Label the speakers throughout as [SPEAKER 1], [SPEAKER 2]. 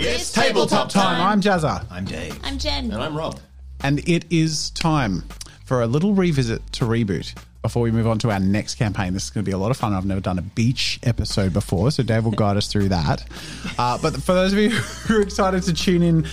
[SPEAKER 1] It's tabletop time.
[SPEAKER 2] I'm Jazza,
[SPEAKER 3] I'm Dave.
[SPEAKER 1] I'm Jen.
[SPEAKER 3] And I'm Rob.
[SPEAKER 2] and it is time for a little revisit to reboot before we move on to our next campaign. This is going to be a lot of fun. I've never done a beach episode before, so Dave will guide us through that. Uh, but for those of you who are excited to tune in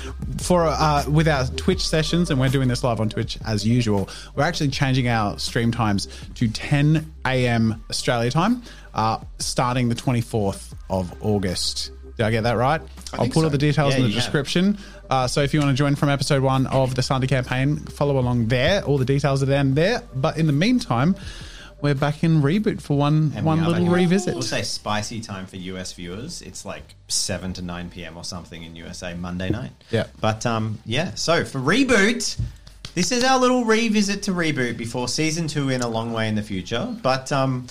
[SPEAKER 2] for uh, with our Twitch sessions, and we're doing this live on Twitch as usual, we're actually changing our stream times to 10 a.m. Australia time, uh, starting the 24th of August. Did I get that right? I will
[SPEAKER 3] think
[SPEAKER 2] put all
[SPEAKER 3] so.
[SPEAKER 2] the details
[SPEAKER 3] Yeah,
[SPEAKER 2] in the
[SPEAKER 3] you have.
[SPEAKER 2] description description. Uh, so if you want to join from episode one of the Sunday campaign, follow along there. All the details are down there. But in the meantime, we're back in reboot for one
[SPEAKER 3] And we
[SPEAKER 2] one
[SPEAKER 3] are
[SPEAKER 2] little
[SPEAKER 3] back.
[SPEAKER 2] revisit.
[SPEAKER 3] We'll say spicy time for US viewers. It's like 7 to 9 p.m. or something in USA Monday night.
[SPEAKER 2] Yeah.
[SPEAKER 3] But um, yeah, so for Reboot, this is our little revisit to Reboot before season two in a long way in the future. But um,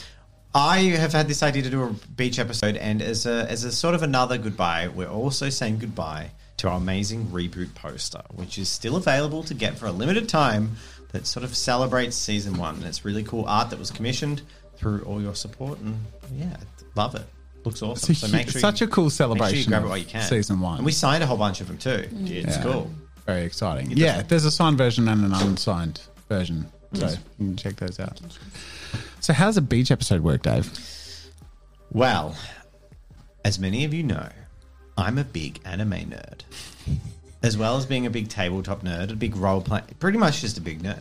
[SPEAKER 3] I have had this idea to do a beach episode, and as a, as a sort of another goodbye, we're also saying goodbye to our amazing Reboot poster, which is still available to get for a limited time that sort of celebrates season one. And it's really cool art that was commissioned through all your support, and yeah, love it. Looks awesome.
[SPEAKER 2] It's a
[SPEAKER 3] so
[SPEAKER 2] hu-
[SPEAKER 3] make sure
[SPEAKER 2] such
[SPEAKER 3] you,
[SPEAKER 2] a cool
[SPEAKER 3] make sure you
[SPEAKER 2] celebration
[SPEAKER 3] grab it
[SPEAKER 2] of
[SPEAKER 3] while you can.
[SPEAKER 2] season one.
[SPEAKER 3] And we signed a whole bunch of them too. It's cool.
[SPEAKER 2] Very exciting. Yeah, there's a signed version and an unsigned version. So you can check those out. So how's a beach episode work, Dave?
[SPEAKER 3] Well, as many of you know, I'm a big anime nerd. As well as being a big tabletop nerd, a big role play, pretty much just a big nerd.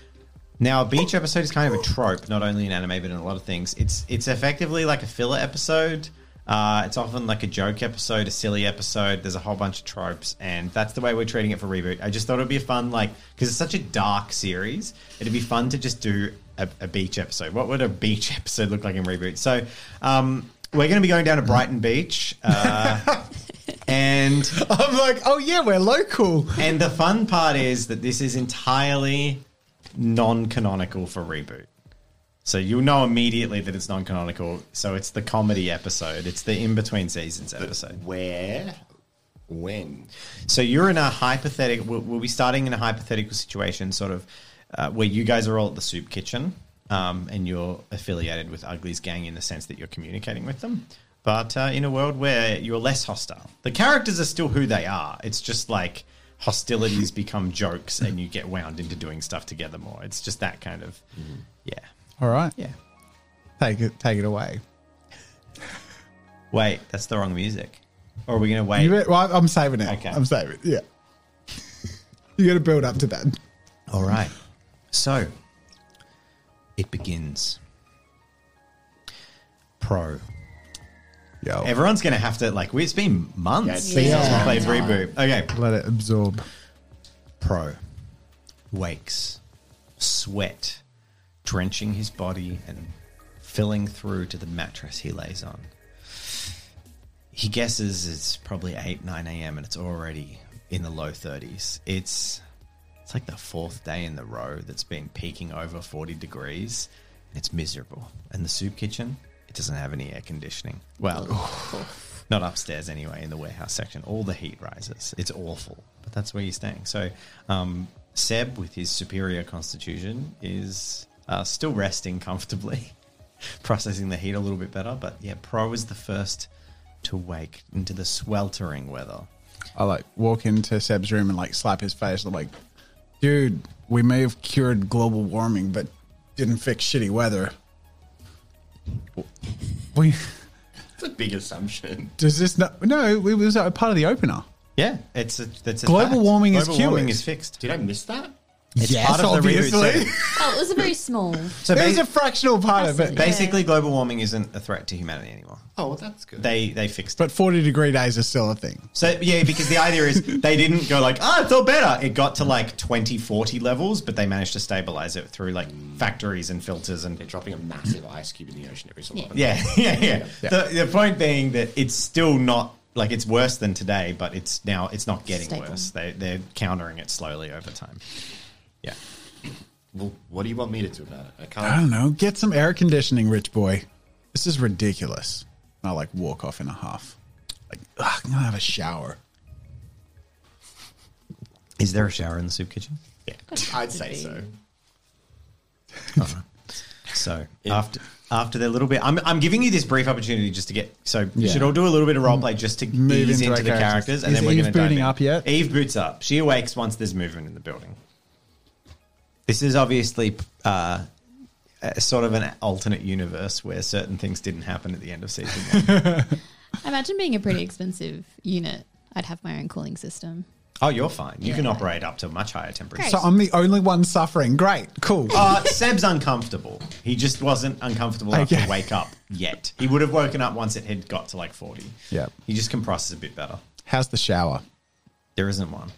[SPEAKER 3] now, a beach episode is kind of a trope, not only in anime but in a lot of things. It's it's effectively like a filler episode. Uh, it's often like a joke episode, a silly episode. There's a whole bunch of tropes, and that's the way we're treating it for reboot. I just thought it'd be a fun, like, because it's such a dark series, it'd be fun to just do a, a beach episode. What would a beach episode look like in reboot? So, um, we're going to be going down to Brighton Beach, uh, and
[SPEAKER 2] I'm like, oh yeah, we're local.
[SPEAKER 3] and the fun part is that this is entirely non-canonical for reboot. So you'll know immediately that it's non-canonical. So it's the comedy episode. It's the in-between seasons episode.
[SPEAKER 4] Where? When?
[SPEAKER 3] So you're in a hypothetical. We'll, we'll be starting in a hypothetical situation, sort of, uh, where you guys are all at the soup kitchen, um, and you're affiliated with Ugly's gang in the sense that you're communicating with them. But uh, in a world where you're less hostile, the characters are still who they are. It's just like hostilities become jokes, and you get wound into doing stuff together more. It's just that kind of, yeah,
[SPEAKER 2] All right.
[SPEAKER 3] yeah.
[SPEAKER 2] Take it take it away.
[SPEAKER 3] Wait, that's the wrong music. Or are we gonna wait?
[SPEAKER 2] You re- well, I'm saving it.
[SPEAKER 3] Okay.
[SPEAKER 2] I'm saving it. Yeah. you gotta build up to that.
[SPEAKER 3] All right. So it begins. Pro.
[SPEAKER 2] Yo.
[SPEAKER 3] Everyone's going to have to, like, we- it's been months
[SPEAKER 4] Yeah, it's
[SPEAKER 3] since
[SPEAKER 4] been
[SPEAKER 1] a long
[SPEAKER 3] we played
[SPEAKER 1] time.
[SPEAKER 3] Reboot. Okay.
[SPEAKER 2] Let it absorb.
[SPEAKER 3] Pro wakes, sweat drenching his body and filling through to the mattress he lays on. He guesses it's probably 8, 9 a.m. and it's already in the low 30s. It's it's like the fourth day in the row that's been peaking over 40 degrees. It's miserable. And the soup kitchen, it doesn't have any air conditioning. Well, not upstairs anyway, in the warehouse section. All the heat rises. It's awful, but that's where you're staying. So, um, Seb, with his superior constitution, is uh, still resting comfortably, processing the heat a little bit better. But yeah, Pro is the first to wake into the sweltering weather.
[SPEAKER 2] I like walk into Seb's room and like slap his face. I'm like, dude, we may have cured global warming, but didn't fix shitty weather. We
[SPEAKER 4] It's a big assumption.
[SPEAKER 2] does this no? No, it was a part of the opener.
[SPEAKER 3] Yeah, it's a, that's a
[SPEAKER 2] Global
[SPEAKER 3] fact.
[SPEAKER 2] warming is
[SPEAKER 3] global
[SPEAKER 2] cured.
[SPEAKER 3] warming is fixed.
[SPEAKER 4] Did I miss that?
[SPEAKER 3] It's part of the reboot too.
[SPEAKER 1] Oh, it was a very small.
[SPEAKER 3] So
[SPEAKER 2] it was
[SPEAKER 3] ba-
[SPEAKER 2] a fractional part of it,
[SPEAKER 1] Fascinating.
[SPEAKER 3] basically, global warming isn't a threat to humanity anymore.
[SPEAKER 4] Oh, well, that's good.
[SPEAKER 3] They they fixed it.
[SPEAKER 2] but 40 degree days is still a thing.
[SPEAKER 3] So yeah, because the idea is they didn't go like, ah, I feel better. It got to like 20, 40 levels, but they managed to stabilize it through like factories and filters and
[SPEAKER 4] They're dropping a massive ice cube in the ocean every so
[SPEAKER 1] Yeah.
[SPEAKER 4] often.
[SPEAKER 3] yeah, yeah, yeah.
[SPEAKER 2] Yeah.
[SPEAKER 3] The, the point being that it's still not like it's worse than today, but it's now it's not getting
[SPEAKER 1] Stable.
[SPEAKER 3] worse. They they're countering it slowly over time. Yeah.
[SPEAKER 4] Well, what do you want me to do about it? I
[SPEAKER 2] I don't
[SPEAKER 4] can't.
[SPEAKER 2] know. Get some air conditioning, rich boy. This is ridiculous. And I like walk off in a huff. Like, ugh, I'm gonna have a shower.
[SPEAKER 3] Is there a shower in the soup kitchen?
[SPEAKER 4] Yeah, I'd say so.
[SPEAKER 3] So So after after their little bit, I'm, I'm giving you this brief opportunity just to get. So you should all do a little bit of role play just to
[SPEAKER 2] Move
[SPEAKER 3] ease
[SPEAKER 2] into
[SPEAKER 3] into,
[SPEAKER 2] our
[SPEAKER 3] the
[SPEAKER 2] characters.
[SPEAKER 3] characters, and
[SPEAKER 2] Is
[SPEAKER 3] then we're
[SPEAKER 2] Eve
[SPEAKER 3] going to dive
[SPEAKER 2] booting
[SPEAKER 3] in.
[SPEAKER 2] up yet?
[SPEAKER 3] Eve boots up. She awakes once there's movement in the building. This is obviously uh, a sort of an alternate universe where certain things didn't happen at the end of season one.
[SPEAKER 1] I imagine being a pretty expensive unit. I'd have my own cooling system.
[SPEAKER 3] Oh, you're fine. You
[SPEAKER 1] Yeah.
[SPEAKER 3] can operate up to much higher temperatures.
[SPEAKER 1] Great.
[SPEAKER 2] So I'm the only one suffering. Great, cool.
[SPEAKER 3] Uh, Seb's uncomfortable. He just wasn't uncomfortable enough
[SPEAKER 2] Okay.
[SPEAKER 3] to wake up yet. He would have woken up once it had got to like 40.
[SPEAKER 2] Yeah.
[SPEAKER 3] He just compresses a bit better.
[SPEAKER 2] How's the shower?
[SPEAKER 3] There isn't one.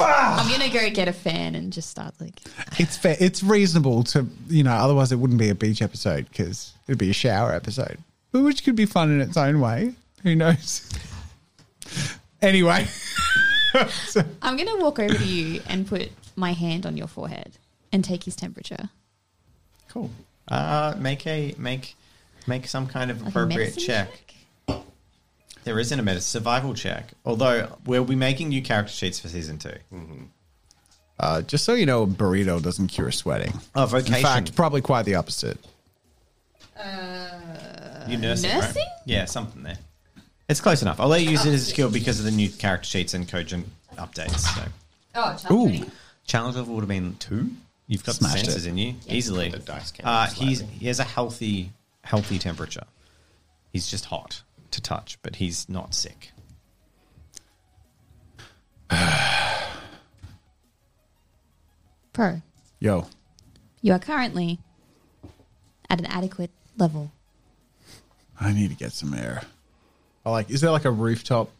[SPEAKER 1] I'm gonna go get a fan and just start like.
[SPEAKER 2] It's fair. It's reasonable to you know. Otherwise, it wouldn't be a beach episode because it'd be a shower episode, but which could be fun in its own way. Who knows? anyway,
[SPEAKER 1] I'm gonna walk over to you and put my hand on your forehead and take his temperature.
[SPEAKER 3] Cool. Uh, make a make make some kind of
[SPEAKER 1] Like a
[SPEAKER 3] appropriate
[SPEAKER 1] medicine
[SPEAKER 3] check. There isn't a meta survival check. Although we'll be making new character sheets for season two.
[SPEAKER 4] Hmm.
[SPEAKER 2] uh, just so you know, a burrito doesn't cure sweating.
[SPEAKER 3] Oh, vocation.
[SPEAKER 2] In fact, probably quite the opposite.
[SPEAKER 3] You're nursing,
[SPEAKER 1] Uh, Nursing?
[SPEAKER 3] right? Yeah, something there. It's close enough. I'll let you use it as a skill because of the new character sheets and cogent updates. So
[SPEAKER 1] Oh,
[SPEAKER 2] Ooh.
[SPEAKER 3] challenge level would have been two. You've got
[SPEAKER 2] Smashed
[SPEAKER 3] the sensors
[SPEAKER 2] it.
[SPEAKER 3] in you easily.
[SPEAKER 4] The dice came
[SPEAKER 3] uh,
[SPEAKER 4] up
[SPEAKER 3] he's
[SPEAKER 4] slightly.
[SPEAKER 3] he has a healthy healthy temperature. He's just hot to touch, but he's not sick.
[SPEAKER 1] Pro,
[SPEAKER 2] Yo,
[SPEAKER 1] you are currently at an adequate level.
[SPEAKER 2] I need to get some air. I like. Is there like a rooftop?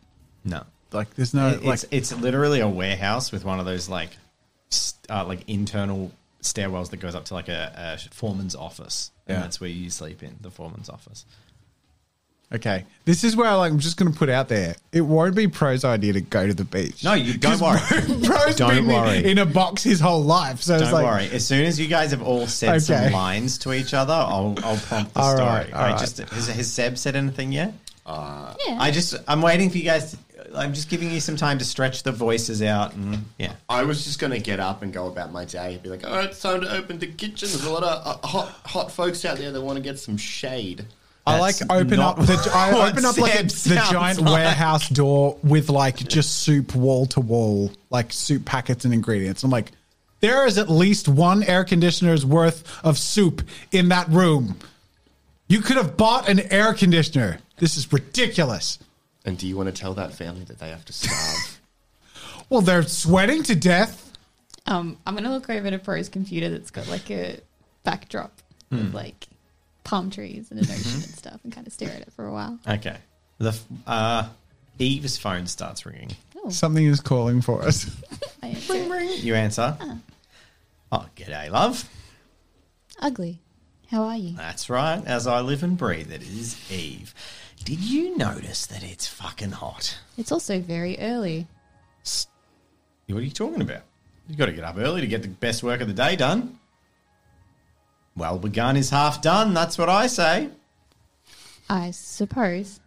[SPEAKER 3] No,
[SPEAKER 2] Like, there's
[SPEAKER 3] Uh,
[SPEAKER 2] no like.
[SPEAKER 3] it's it's literally a warehouse with one of those like st- uh, like internal stairwells that goes up to like a, a foreman's office,
[SPEAKER 2] Yeah.
[SPEAKER 3] and that's where you sleep in the foreman's office.
[SPEAKER 2] Okay, this is where like I'm just gonna put out there. It won't be Pro's idea to go to the beach.
[SPEAKER 3] No, you don't worry.
[SPEAKER 2] Bro's
[SPEAKER 3] Don't
[SPEAKER 2] been
[SPEAKER 3] worry.
[SPEAKER 2] in a box his whole life. So
[SPEAKER 3] Don't
[SPEAKER 2] it's like,
[SPEAKER 3] worry. As soon as you guys have all said
[SPEAKER 2] Okay.
[SPEAKER 3] some lines to each other, I'll, I'll prompt the
[SPEAKER 2] All
[SPEAKER 3] story.
[SPEAKER 2] right, all
[SPEAKER 3] I
[SPEAKER 2] right.
[SPEAKER 3] just has, has Seb said anything yet?
[SPEAKER 1] yeah,
[SPEAKER 3] Uh, I just I'm waiting for you guys. To, I'm just giving you some time to stretch the voices out. And, yeah.
[SPEAKER 4] I was just gonna get up and go about my day. Be like, oh, it's time to open the kitchen. There's a lot of uh, hot, hot folks out there that want to get some shade.
[SPEAKER 2] I like
[SPEAKER 3] That's
[SPEAKER 2] open
[SPEAKER 3] not
[SPEAKER 2] up the I
[SPEAKER 3] what
[SPEAKER 2] open up like a,
[SPEAKER 3] Sam
[SPEAKER 2] the
[SPEAKER 3] sounds
[SPEAKER 2] giant
[SPEAKER 3] like.
[SPEAKER 2] warehouse door with like just soup wall to wall, like soup packets and ingredients. I'm like, there is at least one air conditioner's worth of soup in that room. You could have bought an air conditioner. This is ridiculous.
[SPEAKER 4] And do you want to tell that family that they have to starve?
[SPEAKER 2] Well, they're sweating to death.
[SPEAKER 1] Um, I'm gonna look over to Pro's computer that's got like a backdrop
[SPEAKER 3] Hmm.
[SPEAKER 1] of like palm trees and an ocean and stuff, and kind of stare at it for a while.
[SPEAKER 3] Okay. The f- uh, Eve's phone starts ringing.
[SPEAKER 1] Oh,
[SPEAKER 2] Something is calling for us.
[SPEAKER 1] I answer it.
[SPEAKER 3] You answer. Oh, g'day, love.
[SPEAKER 1] ugly. How are you?
[SPEAKER 3] That's right. As I live and breathe, it is Eve. Did you notice that it's fucking hot?
[SPEAKER 1] It's also very early.
[SPEAKER 3] What are you talking about? You got to get up early to get the best work of the day done. Well begun is half done. That's what I say.
[SPEAKER 1] I suppose.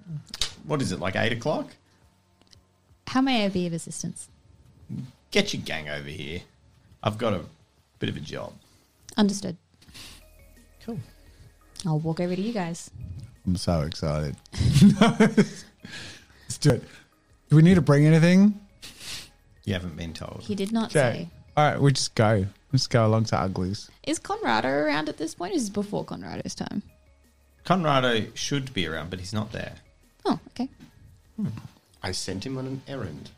[SPEAKER 3] What is it like eight o'clock?
[SPEAKER 1] How may I be of assistance?
[SPEAKER 3] Get your gang over here. I've got a bit of a job.
[SPEAKER 1] Understood.
[SPEAKER 3] Cool.
[SPEAKER 1] I'll walk over to you guys.
[SPEAKER 2] I'm so excited. Let's do it. Do we need to bring anything?
[SPEAKER 3] You haven't been told.
[SPEAKER 1] He did not
[SPEAKER 2] Okay. All right, we just go. Let's go along to Uglies.
[SPEAKER 1] say. Is Conrado around at this point? Or is this before Conrado's time?
[SPEAKER 3] Conrado should be around, but he's not there.
[SPEAKER 1] Oh, okay.
[SPEAKER 4] I sent him on an errand.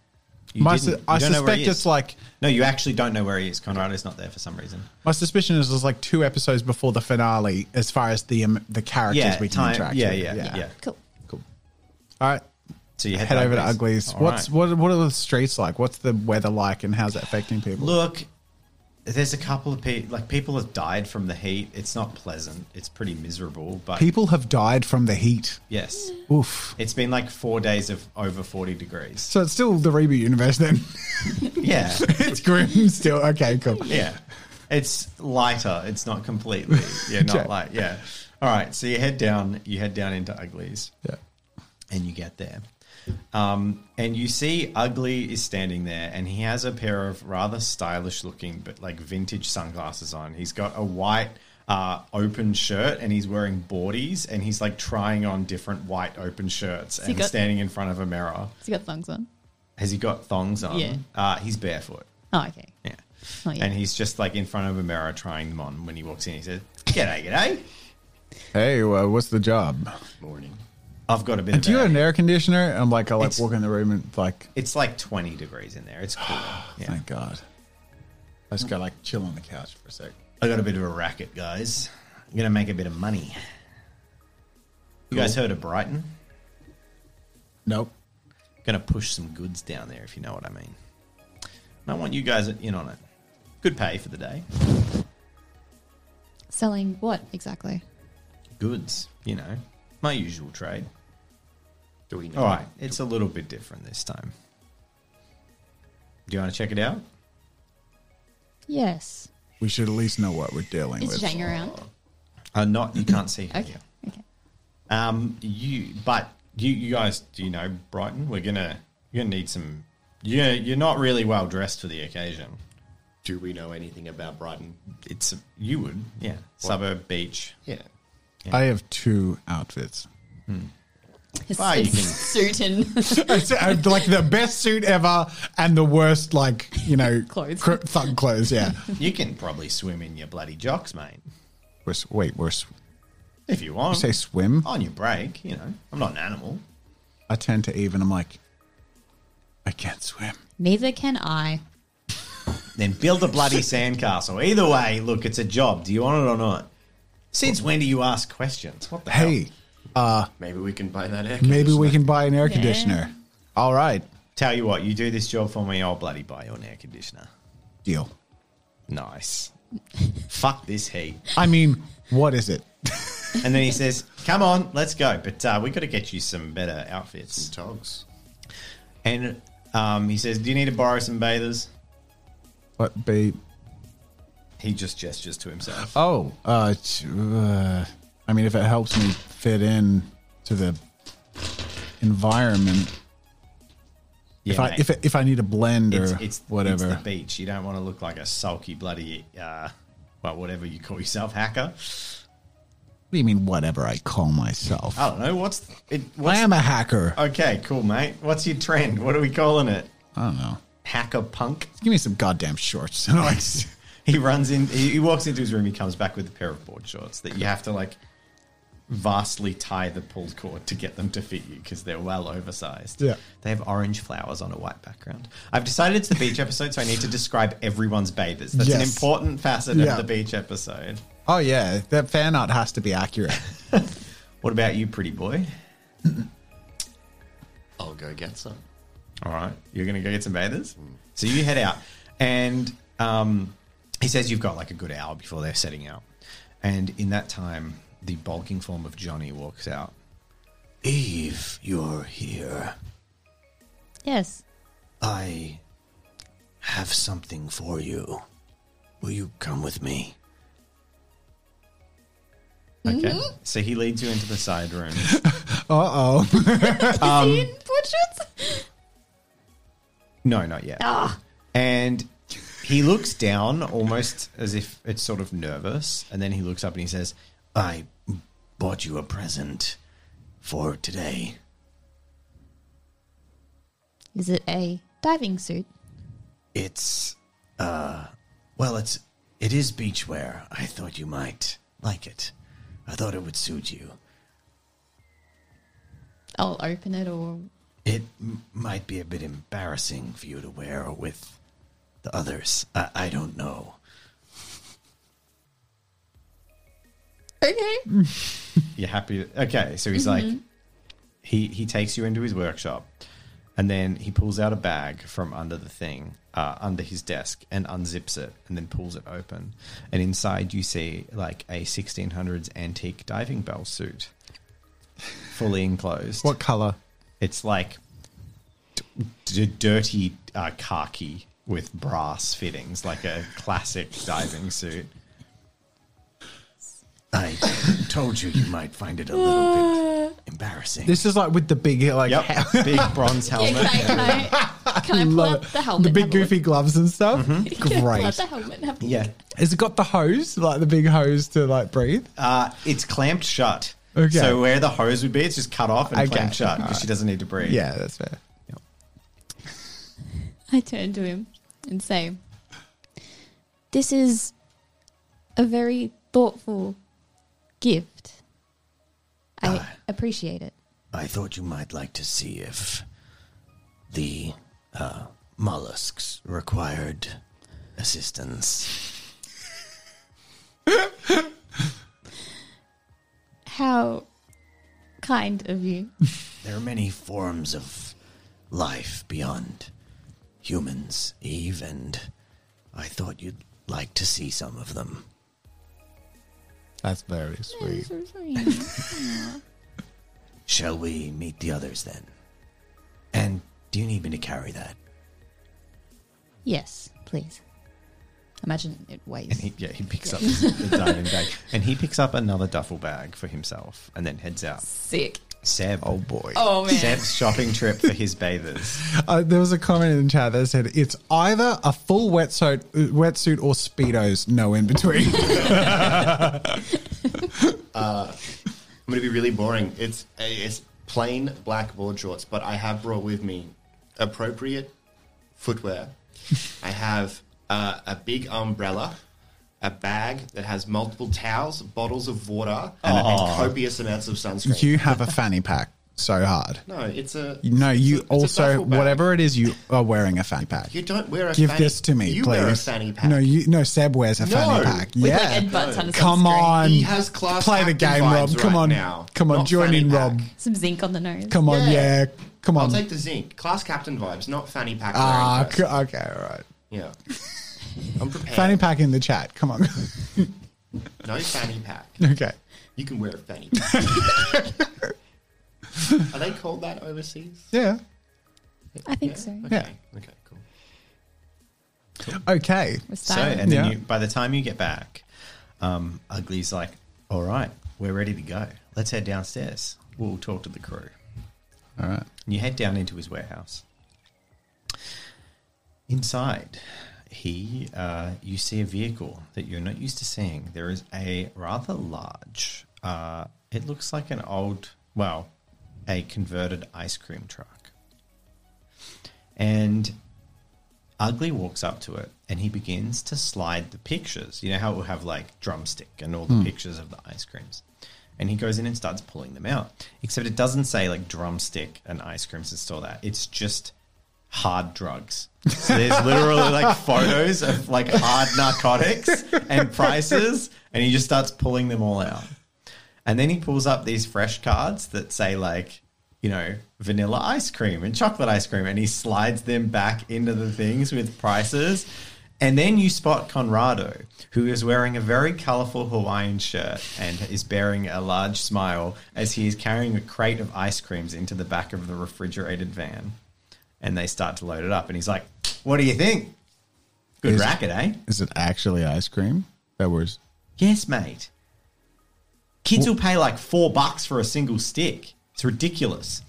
[SPEAKER 3] You
[SPEAKER 2] my
[SPEAKER 3] didn't.
[SPEAKER 2] su- I
[SPEAKER 3] You don't know where
[SPEAKER 2] suspect
[SPEAKER 3] he is.
[SPEAKER 2] it's like
[SPEAKER 3] no. You actually don't know where he is. Conrado's not there for some reason.
[SPEAKER 2] my suspicion is it's like two episodes before the finale, as far as the um, the characters
[SPEAKER 3] Yeah,
[SPEAKER 2] we can
[SPEAKER 3] time-
[SPEAKER 2] interact
[SPEAKER 3] yeah,
[SPEAKER 2] with.
[SPEAKER 3] yeah, yeah,
[SPEAKER 1] Cool.
[SPEAKER 2] Cool. All right,
[SPEAKER 3] So you head,
[SPEAKER 2] head
[SPEAKER 3] to
[SPEAKER 2] over to Uglies.
[SPEAKER 3] All
[SPEAKER 2] What's
[SPEAKER 3] right.
[SPEAKER 2] what? What are the streets like? What's the weather like, and how's that affecting people?
[SPEAKER 3] Look, there's a couple of people. Like people have died from the heat. It's not pleasant. It's pretty miserable. But
[SPEAKER 2] people have died from the heat.
[SPEAKER 3] yes,
[SPEAKER 2] Oof.
[SPEAKER 3] it's been like four days of over forty degrees.
[SPEAKER 2] So it's still the reboot universe then.
[SPEAKER 3] Yeah,
[SPEAKER 2] it's grim still. Okay, cool.
[SPEAKER 3] yeah. It's lighter. It's not completely. Yeah,
[SPEAKER 2] Okay.
[SPEAKER 3] not like yeah. All right. So you head down. You head down into Uglies.
[SPEAKER 2] Yeah.
[SPEAKER 3] and you get there. Um, and you see Ugly is standing there, and he has a pair of rather stylish looking, but like vintage sunglasses on. He's got a white, uh, open shirt and he's wearing boardies and he's like trying on different white open shirts
[SPEAKER 1] he
[SPEAKER 3] and
[SPEAKER 1] got-
[SPEAKER 3] standing in front of a mirror.
[SPEAKER 1] Has he got thongs on?
[SPEAKER 3] Has he got thongs on?
[SPEAKER 1] Yeah.
[SPEAKER 3] Uh, he's barefoot.
[SPEAKER 1] Oh, okay.
[SPEAKER 3] Yeah.
[SPEAKER 1] Oh, yeah.
[SPEAKER 3] And he's just like in front of a mirror trying them on when he walks in. He says, G'day, g'day.
[SPEAKER 2] Hey, uh, what's the job?
[SPEAKER 4] Morning.
[SPEAKER 3] I've got a bit
[SPEAKER 2] And
[SPEAKER 3] of
[SPEAKER 2] Uh, do you
[SPEAKER 3] a-
[SPEAKER 2] have an air conditioner? And I'm like, I like
[SPEAKER 3] It's-
[SPEAKER 2] walk in the room and like,
[SPEAKER 3] It's like 20 degrees in there. It's cool. Yeah.
[SPEAKER 2] thank God. I just go like chill on the couch for a sec.
[SPEAKER 3] I got a bit of a racket, guys. I'm going to make a bit of money. You guys heard of Brighton?
[SPEAKER 2] Nope.
[SPEAKER 3] Going to push some goods down there, if you know what I mean. And I want you guys in on it. Good pay for the day.
[SPEAKER 1] Selling what exactly?
[SPEAKER 3] Goods, you know, my usual trade.
[SPEAKER 4] Do we know?
[SPEAKER 3] All right, it's a little bit different this time. Do you want to check it out?
[SPEAKER 1] Yes.
[SPEAKER 2] We should at least know what we're dealing
[SPEAKER 1] Is
[SPEAKER 2] with.
[SPEAKER 1] Shang around?
[SPEAKER 3] Uh, not, you can't see.
[SPEAKER 1] Okay.
[SPEAKER 3] here.
[SPEAKER 1] Okay.
[SPEAKER 3] Um, you, but you, you guys, do you know Brighton? We're gonna, you're gonna need some. Yeah, you're not really well dressed for the occasion.
[SPEAKER 4] Do we know anything about Brighton?
[SPEAKER 3] It's you would, yeah, suburb beach.
[SPEAKER 4] Yeah.
[SPEAKER 2] I have two outfits.
[SPEAKER 3] Well, you can-
[SPEAKER 1] suit and
[SPEAKER 2] It's, uh, like the best suit ever and the worst, like, you know,
[SPEAKER 1] Clothes.
[SPEAKER 2] cr- thug clothes. Yeah.
[SPEAKER 3] You can probably swim in your bloody jocks, mate,
[SPEAKER 2] We're s- wait, we're, s-
[SPEAKER 3] if you want.
[SPEAKER 2] say swim.
[SPEAKER 3] On your break, you know. I'm not an animal.
[SPEAKER 2] I turn to Eve and I'm like, I can't swim.
[SPEAKER 1] Neither can I.
[SPEAKER 3] Then build a bloody sandcastle. Either way, look, it's a job. Do you want it or not? Since when do you ask questions? What the hell?
[SPEAKER 2] Hey,
[SPEAKER 4] Maybe we can buy that air.
[SPEAKER 2] maybe we
[SPEAKER 4] conditioner.
[SPEAKER 2] can buy an air
[SPEAKER 1] Yeah.
[SPEAKER 2] conditioner. All right.
[SPEAKER 3] Tell you what, you do this job for me, I'll bloody buy you an air conditioner.
[SPEAKER 2] Deal.
[SPEAKER 3] Nice. Fuck this heat.
[SPEAKER 2] I mean, what is it?
[SPEAKER 3] And then he says, "Come on, let's go." But uh, we got to get you some better outfits.
[SPEAKER 4] Some togs.
[SPEAKER 3] And um, he says, "Do you need to borrow some bathers?"
[SPEAKER 2] What be?
[SPEAKER 3] He just gestures to himself.
[SPEAKER 2] Oh, uh, t- uh, I mean, if it helps me fit in to the environment,
[SPEAKER 3] Yeah,
[SPEAKER 2] if I
[SPEAKER 3] mate.
[SPEAKER 2] if, it, if I need a blend
[SPEAKER 3] it's,
[SPEAKER 2] or
[SPEAKER 3] it's- it's
[SPEAKER 2] whatever,
[SPEAKER 3] the beach. You don't want to look like a sulky bloody, uh, well, whatever you call yourself, hacker.
[SPEAKER 2] what do you mean? Whatever I call myself,
[SPEAKER 3] I don't know what's it.
[SPEAKER 2] I
[SPEAKER 3] Uh, What's,
[SPEAKER 2] am a hacker.
[SPEAKER 3] okay, cool, mate. What's your trend? What are we calling it?
[SPEAKER 2] I don't know.
[SPEAKER 3] Hacker punk.
[SPEAKER 2] Give me some goddamn shorts. And I'm like,
[SPEAKER 3] He runs in. He he walks into his room. He comes back with a pair of board shorts that you have to like vastly tie the pulled cord to get them to fit you because they're well oversized.
[SPEAKER 2] Yeah.
[SPEAKER 3] they have orange flowers on a white background. I've decided it's the beach episode, so I need to describe everyone's bathers. That's an
[SPEAKER 2] Yes.
[SPEAKER 3] important facet
[SPEAKER 2] Yeah.
[SPEAKER 3] of the beach episode.
[SPEAKER 2] oh yeah, that fan art has to be accurate.
[SPEAKER 3] What about you, pretty boy?
[SPEAKER 4] I'll go get some.
[SPEAKER 3] All right, you're gonna go get some bathers. So you head out, and um, he says you've got like a good hour before they're setting out. And in that time, the bulking form of Johnny walks out. Eve, you're here.
[SPEAKER 1] Yes.
[SPEAKER 3] I have something for you. Will you come with me? Okay. So he leads you into the side room.
[SPEAKER 2] Uh oh.
[SPEAKER 3] Um,
[SPEAKER 1] Is he in board shorts?
[SPEAKER 3] no, not yet.
[SPEAKER 1] Ah.
[SPEAKER 3] And he looks down almost as if it's sort of nervous. And then he looks up and he says, I bought you a present for today.
[SPEAKER 1] Is it a diving suit?
[SPEAKER 3] It's, uh, well, it's, it is beachwear. I thought you might like it. I thought it would suit you.
[SPEAKER 1] I'll open it or
[SPEAKER 3] It m- might be a bit embarrassing for you to wear with the others. I, I don't know.
[SPEAKER 1] Okay.
[SPEAKER 3] You're happy. Okay, so he's like, he he takes you into his workshop, and then he pulls out a bag from under the thing, uh, under his desk, and unzips it, and then pulls it open, and inside you see like a 1600s antique diving bell suit, fully enclosed.
[SPEAKER 2] What color?
[SPEAKER 3] It's like d- d- dirty uh, khaki with brass fittings, like a classic diving suit. I told you you might find it a little bit Embarrassing.
[SPEAKER 2] This is like with the big like
[SPEAKER 3] yep. Big bronze
[SPEAKER 1] Yeah,
[SPEAKER 3] helmet.
[SPEAKER 1] can I, can I, can I pull
[SPEAKER 2] love
[SPEAKER 1] out
[SPEAKER 2] it.
[SPEAKER 1] the helmet?
[SPEAKER 2] the big
[SPEAKER 1] have a look?
[SPEAKER 2] goofy gloves and stuff.
[SPEAKER 3] Mm-hmm.
[SPEAKER 1] Can I Pull out
[SPEAKER 2] Great.
[SPEAKER 1] the helmet. and Have a
[SPEAKER 3] Yeah.
[SPEAKER 1] Look?
[SPEAKER 2] Has it got the hose, like the big hose to like breathe?
[SPEAKER 3] Uh, it's clamped shut.
[SPEAKER 2] Okay.
[SPEAKER 3] So where the hose would be, it's just cut off and
[SPEAKER 2] Okay.
[SPEAKER 3] clamped shut
[SPEAKER 2] All
[SPEAKER 3] because she doesn't need to breathe.
[SPEAKER 2] Yeah, that's fair.
[SPEAKER 3] Yep.
[SPEAKER 1] I turn to him and say, "This is a very thoughtful gift. I appreciate it."
[SPEAKER 5] I thought you might like to see if the uh, mollusks required assistance.
[SPEAKER 1] How kind of you.
[SPEAKER 5] There are many forms of life beyond humans, Eve, and I thought you'd like to see some of them.
[SPEAKER 2] That's very sweet.
[SPEAKER 1] So sweet.
[SPEAKER 5] Shall we meet the others then? And do you need me to carry that?
[SPEAKER 1] yes, please. Imagine it
[SPEAKER 3] And
[SPEAKER 1] weighs.
[SPEAKER 3] he, yeah, he picks up his, the diving bag and he picks up another duffel bag for himself and then heads out.
[SPEAKER 1] Sick.
[SPEAKER 3] Seb.
[SPEAKER 2] Oh boy.
[SPEAKER 1] Oh man.
[SPEAKER 3] Seb's shopping trip for his bathers.
[SPEAKER 2] Uh, there was a comment in the chat that said it's either a full wetsuit, uh, wetsuit or speedos, no in between.
[SPEAKER 4] I'm going to be really boring. It's it's plain black board shorts, but I have brought with me appropriate footwear. I have uh, a big umbrella, a bag that has multiple towels, bottles of water, and, and copious amounts of sunscreen.
[SPEAKER 2] you have a fanny pack so hard.
[SPEAKER 4] no, it's a
[SPEAKER 2] No,
[SPEAKER 4] it's a-
[SPEAKER 2] you
[SPEAKER 4] it's a
[SPEAKER 2] also
[SPEAKER 4] duffel bag.
[SPEAKER 2] whatever it is, you are wearing a fanny pack.
[SPEAKER 4] You don't wear a
[SPEAKER 2] Give
[SPEAKER 4] fanny.
[SPEAKER 2] this to me,
[SPEAKER 4] you
[SPEAKER 2] please.
[SPEAKER 4] wear a fanny pack.
[SPEAKER 2] No, you no. Seb wears a
[SPEAKER 4] No.
[SPEAKER 2] fanny pack.
[SPEAKER 4] With,
[SPEAKER 2] yeah.
[SPEAKER 1] Like Ed Butt's had a
[SPEAKER 2] Come
[SPEAKER 1] sunscreen.
[SPEAKER 2] on,
[SPEAKER 4] He has class
[SPEAKER 2] Play the
[SPEAKER 4] act
[SPEAKER 2] game,
[SPEAKER 4] vibes
[SPEAKER 2] Rob. Come
[SPEAKER 4] right
[SPEAKER 2] on,
[SPEAKER 4] now,
[SPEAKER 2] come on,
[SPEAKER 4] not
[SPEAKER 2] join
[SPEAKER 4] fanny
[SPEAKER 2] in,
[SPEAKER 4] pack.
[SPEAKER 2] Rob.
[SPEAKER 1] Some zinc on the nose.
[SPEAKER 2] Come on, yeah.
[SPEAKER 4] Yeah.
[SPEAKER 2] Come
[SPEAKER 4] I'll
[SPEAKER 2] on.
[SPEAKER 4] take the zinc. Class captain vibes, not fanny pack. wearing
[SPEAKER 2] ah,
[SPEAKER 4] vibes.
[SPEAKER 2] c- okay, all right.
[SPEAKER 4] yeah. I'm prepared.
[SPEAKER 2] Fanny pack in the chat. Come on.
[SPEAKER 4] No fanny pack.
[SPEAKER 2] okay.
[SPEAKER 4] You can wear a fanny pack. Are they called that overseas?
[SPEAKER 2] Yeah.
[SPEAKER 1] I think so.
[SPEAKER 4] Okay.
[SPEAKER 2] Yeah.
[SPEAKER 4] Okay, cool.
[SPEAKER 2] Okay.
[SPEAKER 1] We're
[SPEAKER 3] So,
[SPEAKER 1] styling.
[SPEAKER 3] and then
[SPEAKER 2] Yeah.
[SPEAKER 3] you, by the time you get back, um, Ugly's like, all right, we're ready to go. Let's head downstairs. We'll talk to the crew.
[SPEAKER 2] All right.
[SPEAKER 3] And you head down into his warehouse. Inside, he, uh, you see a vehicle that you're not used to seeing. There is a rather large. Uh, it looks like an old, well, a converted ice cream truck. And Ugly walks up to it and he begins to slide the pictures. You know how it will have like drumstick and all the pictures of the ice creams. And he goes in and starts pulling them out. Except it doesn't say like drumstick and ice creams and all that. It's just hard drugs. So there's literally like photos of like hard narcotics and prices. And he just starts pulling them all out. And then he pulls up these fresh cards that say like, you know, vanilla ice cream and chocolate ice cream, and he slides them back into the things with prices. And then you spot Conrado, who is wearing a very colorful Hawaiian shirt and is bearing a large smile as he is carrying a crate of ice creams into the back of the refrigerated van. And they start to load it up. And he's like, What do you think? Good
[SPEAKER 2] Is-
[SPEAKER 3] racket, eh?
[SPEAKER 2] Is it actually ice cream? That was
[SPEAKER 3] Yes, mate. Kids will pay like four bucks for a single stick. It's ridiculous.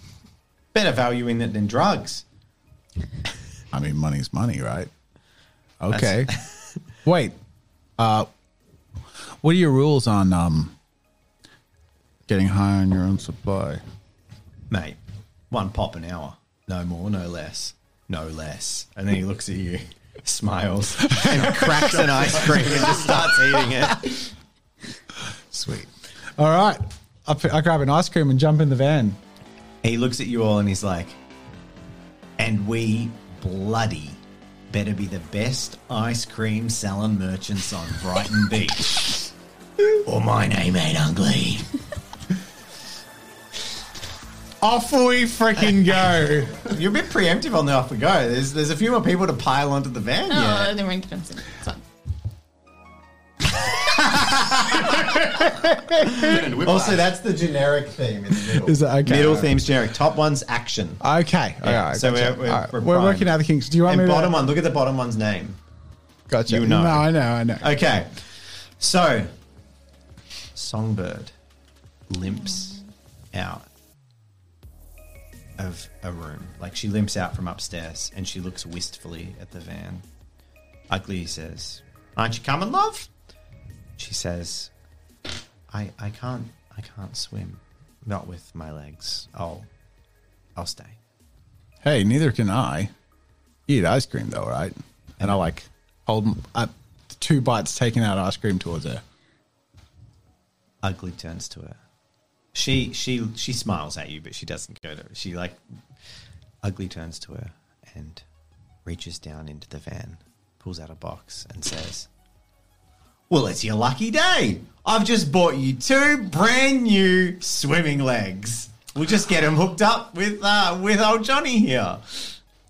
[SPEAKER 3] Better value in it than drugs.
[SPEAKER 2] I mean, money's money, right? Okay. Wait. Uh, what are your rules on um, getting high on your own supply?
[SPEAKER 3] Mate, one pop an hour. No more, no less. No less. And then he looks at you, smiles, and cracks an ice cream and just starts eating it.
[SPEAKER 2] Sweet. All right. I, p- I grab an ice cream and jump in the van.
[SPEAKER 3] He looks at you all and he's like, and we bloody better be the best ice cream selling merchants on Brighton Beach.
[SPEAKER 5] Or my name ain't ugly.
[SPEAKER 2] Off we freaking go.
[SPEAKER 3] You're a bit preemptive on the off we go. There's there's a few more people to pile onto the van
[SPEAKER 1] Oh,
[SPEAKER 3] yet.
[SPEAKER 1] then we're in It's fine.
[SPEAKER 4] And whiplash.
[SPEAKER 3] Also, that's the generic theme in the middle.
[SPEAKER 2] Is it okay?
[SPEAKER 3] Middle theme's generic. Top one's action.
[SPEAKER 2] okay. All
[SPEAKER 3] Yeah,
[SPEAKER 2] right.
[SPEAKER 3] so
[SPEAKER 2] gotcha.
[SPEAKER 3] we're- we're-
[SPEAKER 2] All right.
[SPEAKER 3] we're
[SPEAKER 2] We're
[SPEAKER 3] primed.
[SPEAKER 2] working out the kinks. Do you want
[SPEAKER 3] and
[SPEAKER 2] me
[SPEAKER 3] bottom
[SPEAKER 2] to?
[SPEAKER 3] one, look at the bottom one's name.
[SPEAKER 2] Gotcha.
[SPEAKER 3] you know.
[SPEAKER 2] No, I know. I know.
[SPEAKER 3] Okay. So, Songbird limps out of a room. Like she limps out from upstairs and she looks wistfully at the van. Ugly says, "Aren't you coming, love?" She says, "I I can't I can't swim, not with my legs. I'll I'll stay."
[SPEAKER 2] Hey, neither can I. You eat ice cream though, right? And I like hold up two bites, taking out ice cream towards her.
[SPEAKER 3] Ugly turns to her. She she she smiles at you, but she doesn't go to. She like ugly turns to her and reaches down into the van, pulls out a box, and says, "Well, it's your lucky day. I've just bought you two brand new swimming legs. We'll just get them hooked up with uh, with old Johnny here."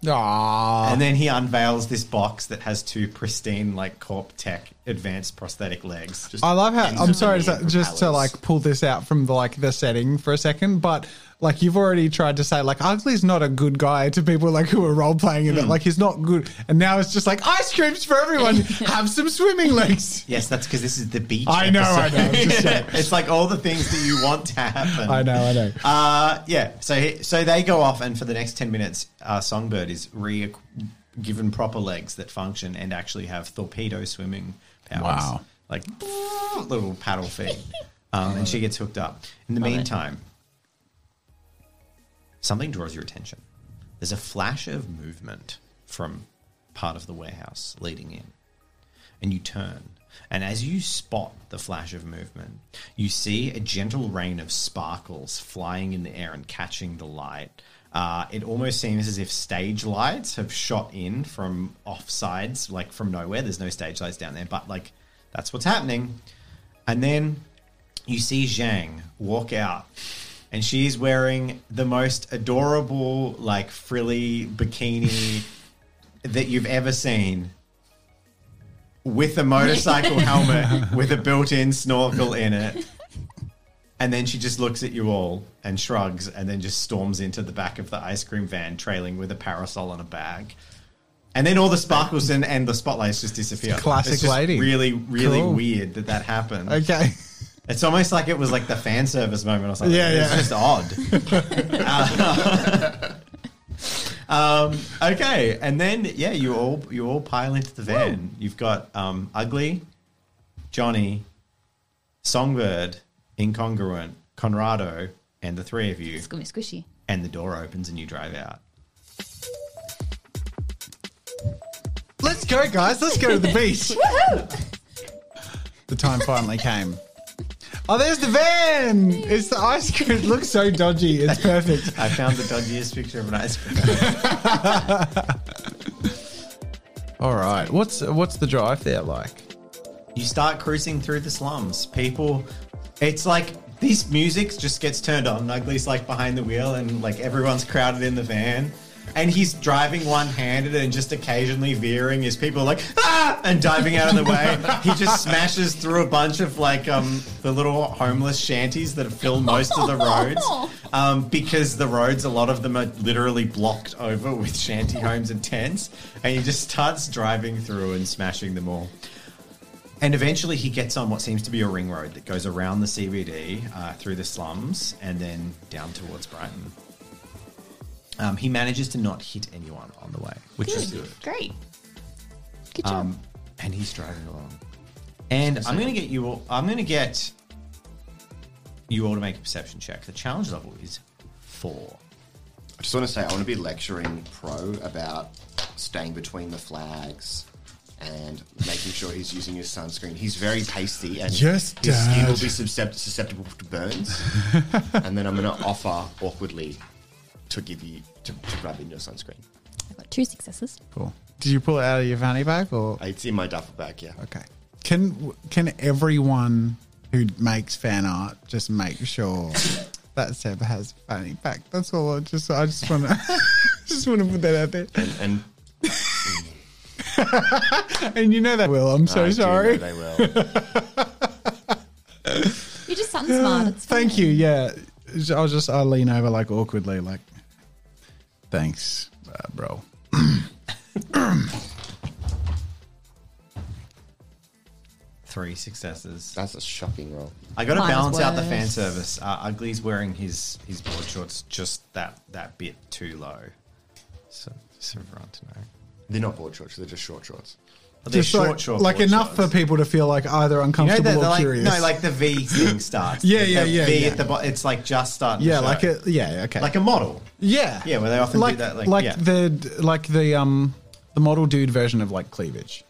[SPEAKER 2] Aww.
[SPEAKER 3] And then he unveils this box that has two pristine, like Corp Tech advanced prosthetic legs.
[SPEAKER 4] Just
[SPEAKER 2] I love how
[SPEAKER 4] ends
[SPEAKER 2] I'm
[SPEAKER 4] up
[SPEAKER 2] sorry
[SPEAKER 4] in the
[SPEAKER 2] to, just to
[SPEAKER 4] propellers.
[SPEAKER 2] like pull this out from the like the setting for a second, but like you've already tried to say like Ugly's not a good guy to people like who are role playing in it. Like he's not good, and now it's just like ice creams for everyone. Have some swimming legs.
[SPEAKER 3] Yes, that's because this is the beach.
[SPEAKER 2] I know, I know, I'm just saying.
[SPEAKER 3] it's like all the things that you want to happen.
[SPEAKER 2] I know, I know.
[SPEAKER 3] Uh, yeah. So he, so they go off, and for the next ten minutes, uh, Songbird is re given proper legs that function and actually have torpedo swimming powers.
[SPEAKER 2] Wow.
[SPEAKER 3] Like little paddle feet, um, and she gets hooked up. In the meantime, something draws your attention. There's a flash of movement from part of the warehouse leading in and you turn. And as you spot the flash of movement, you see a gentle rain of sparkles flying in the air and catching the light. Uh, it almost seems as if stage lights have shot in from off sides, like from nowhere. There's no stage lights down there, but like that's what's happening. And then you see Zhang walk out, and she's wearing the most adorable, like frilly bikini that you've ever seen with a motorcycle helmet with a built-in snorkel in it. And then she just looks at you all and shrugs and then just storms into the back of the ice cream van trailing with a parasol and a bag. And then all the sparkles and, and the spotlights just disappear.
[SPEAKER 2] Classic
[SPEAKER 3] It's just
[SPEAKER 2] lady.
[SPEAKER 3] Really, really
[SPEAKER 2] Cool.
[SPEAKER 3] weird that that happened.
[SPEAKER 2] Okay.
[SPEAKER 3] It's almost like it was like the fan service moment or something.
[SPEAKER 2] Yeah,
[SPEAKER 3] it's
[SPEAKER 2] yeah.
[SPEAKER 3] just odd. um, okay, and then yeah, you all you all pile into the van. You've got um, ugly, Johnny, Songbird, incongruent, Conrado, and the three of you.
[SPEAKER 1] It's gonna be squishy.
[SPEAKER 3] And the door opens and you drive out.
[SPEAKER 2] Let's go, guys. Let's go to the beach. the time finally came. Oh, there's the van. It's the ice cream. It looks so dodgy. It's perfect.
[SPEAKER 3] I found the dodgiest picture of an ice cream.
[SPEAKER 2] All right. What's what's the drive there like?
[SPEAKER 3] you start cruising through the slums. People, it's like this music just gets turned on. Ugly's like behind the wheel, and like everyone's crowded in the van. And he's driving one-handed and just occasionally veering as people are like ah and diving out of the way. he just smashes through a bunch of like um the little homeless shanties that fill most of the roads um, because the roads, a lot of them are literally blocked over with shanty homes and tents. And he just starts driving through and smashing them all. And eventually he gets on what seems to be a ring road that goes around the CBD uh, through the slums and then down towards Brighton. Um, he manages to not hit anyone on the way, which is good.
[SPEAKER 1] Great. Good job.
[SPEAKER 3] Um, and he's driving along. And I'm going to get you all, I'm going to get you all to make a perception check. The challenge level is four.
[SPEAKER 4] I just want to say I want to be lecturing Pro about staying between the flags and making sure he's using his sunscreen. He's very pasty and
[SPEAKER 2] Yes,
[SPEAKER 4] his skin
[SPEAKER 2] Dad.
[SPEAKER 4] will be suscept- susceptible to burns. and then I'm going to offer awkwardly to give you to, to rub in your sunscreen.
[SPEAKER 1] I've got two successes.
[SPEAKER 2] Cool. Did you pull it out of your fanny bag or?
[SPEAKER 4] It's in my duffel bag, yeah.
[SPEAKER 2] Okay. Can can everyone who makes fan art just make sure that Seb has fanny back? That's all. I just I just want to just want to put that out there.
[SPEAKER 4] And, and
[SPEAKER 2] And you know that will. I'm so
[SPEAKER 4] I do
[SPEAKER 2] sorry.
[SPEAKER 4] know they will.
[SPEAKER 1] You're just sun smart. It's fine.
[SPEAKER 2] Thank you. Yeah. I'll just I lean over like awkwardly like. Thanks, uh, bro.
[SPEAKER 3] Three successes.
[SPEAKER 4] That's a shocking roll.
[SPEAKER 3] I got to
[SPEAKER 1] Mine was
[SPEAKER 3] balance out the
[SPEAKER 1] worse.
[SPEAKER 3] fan service. Uh, Ugly's wearing his his board shorts just that that bit too low. So just for everyone to know.
[SPEAKER 4] They're not board shorts. They're just short shorts.
[SPEAKER 3] But they're
[SPEAKER 2] Just
[SPEAKER 3] short,
[SPEAKER 2] like,
[SPEAKER 3] short
[SPEAKER 2] like
[SPEAKER 3] board
[SPEAKER 2] enough
[SPEAKER 3] shorts.
[SPEAKER 2] for people to feel like either
[SPEAKER 3] You know,
[SPEAKER 2] uncomfortable
[SPEAKER 3] they're- they're
[SPEAKER 2] or
[SPEAKER 3] like,
[SPEAKER 2] curious.
[SPEAKER 3] no, like the V thing starts.
[SPEAKER 2] Yeah, yeah,
[SPEAKER 3] the
[SPEAKER 2] yeah,
[SPEAKER 3] V
[SPEAKER 2] yeah.
[SPEAKER 3] at the bottom. It's like just starting.
[SPEAKER 2] yeah,
[SPEAKER 3] to
[SPEAKER 2] like
[SPEAKER 3] show.
[SPEAKER 2] a yeah, okay,
[SPEAKER 3] like a model.
[SPEAKER 2] yeah,
[SPEAKER 3] Yeah, where they often do
[SPEAKER 2] like,
[SPEAKER 3] that, like-
[SPEAKER 2] like
[SPEAKER 3] yeah.
[SPEAKER 2] the like the um the model dude version of like cleavage.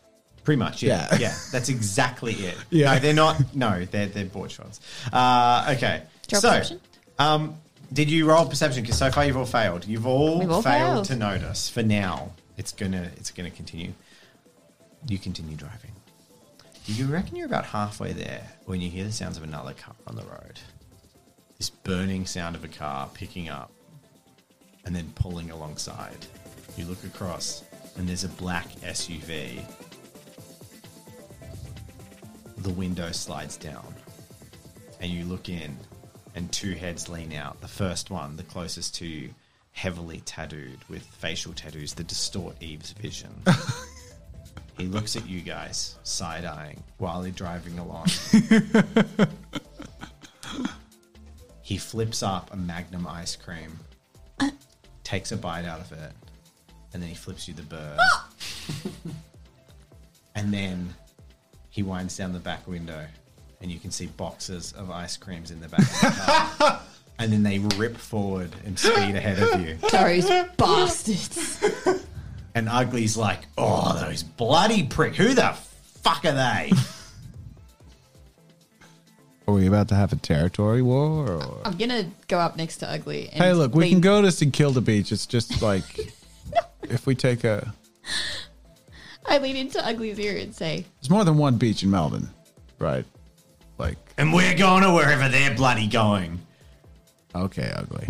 [SPEAKER 3] Pretty much, yeah,
[SPEAKER 2] Yeah.
[SPEAKER 3] yeah. That's exactly it.
[SPEAKER 2] Yeah.
[SPEAKER 3] no, they're not. No, they're they're board shorts. Uh, okay,
[SPEAKER 1] Drop
[SPEAKER 3] so
[SPEAKER 1] perception?
[SPEAKER 3] um, did you roll perception? Because so far you've all failed. You've all,
[SPEAKER 1] We've all
[SPEAKER 3] failed,
[SPEAKER 1] failed.
[SPEAKER 3] to notice. For now, it's gonna it's gonna continue. You continue driving. Do you reckon you're about halfway there when you hear the sounds of another car on the road? This burning sound of a car picking up and then pulling alongside. You look across, and there's a black SUV. The window slides down, and you look in, and two heads lean out. The first one, the closest to you, heavily tattooed with facial tattoos that distort Eve's vision. he looks at you guys, side eyeing, while they're driving along. he flips up a magnum ice cream takes a bite out of it, and then he flips you the bird. and then he winds down the back window, and you can see boxes of ice creams in the back. Of the car. and then they rip forward and speed ahead of you.
[SPEAKER 1] Those bastards.
[SPEAKER 3] And Ugly's like, oh, those bloody prick. Who the fuck are they?
[SPEAKER 2] Are we about to have a territory war? Or?
[SPEAKER 1] I'm gonna go up next to Ugly. And
[SPEAKER 2] Hey, look, we can
[SPEAKER 1] lean-
[SPEAKER 2] go to St Kilda Beach. It's just like if we take a.
[SPEAKER 1] I lean into Ugly's ear and say,
[SPEAKER 2] There's more than one beach in Melbourne, right? Like,
[SPEAKER 3] and we're going to wherever they're bloody going.
[SPEAKER 2] okay, ugly.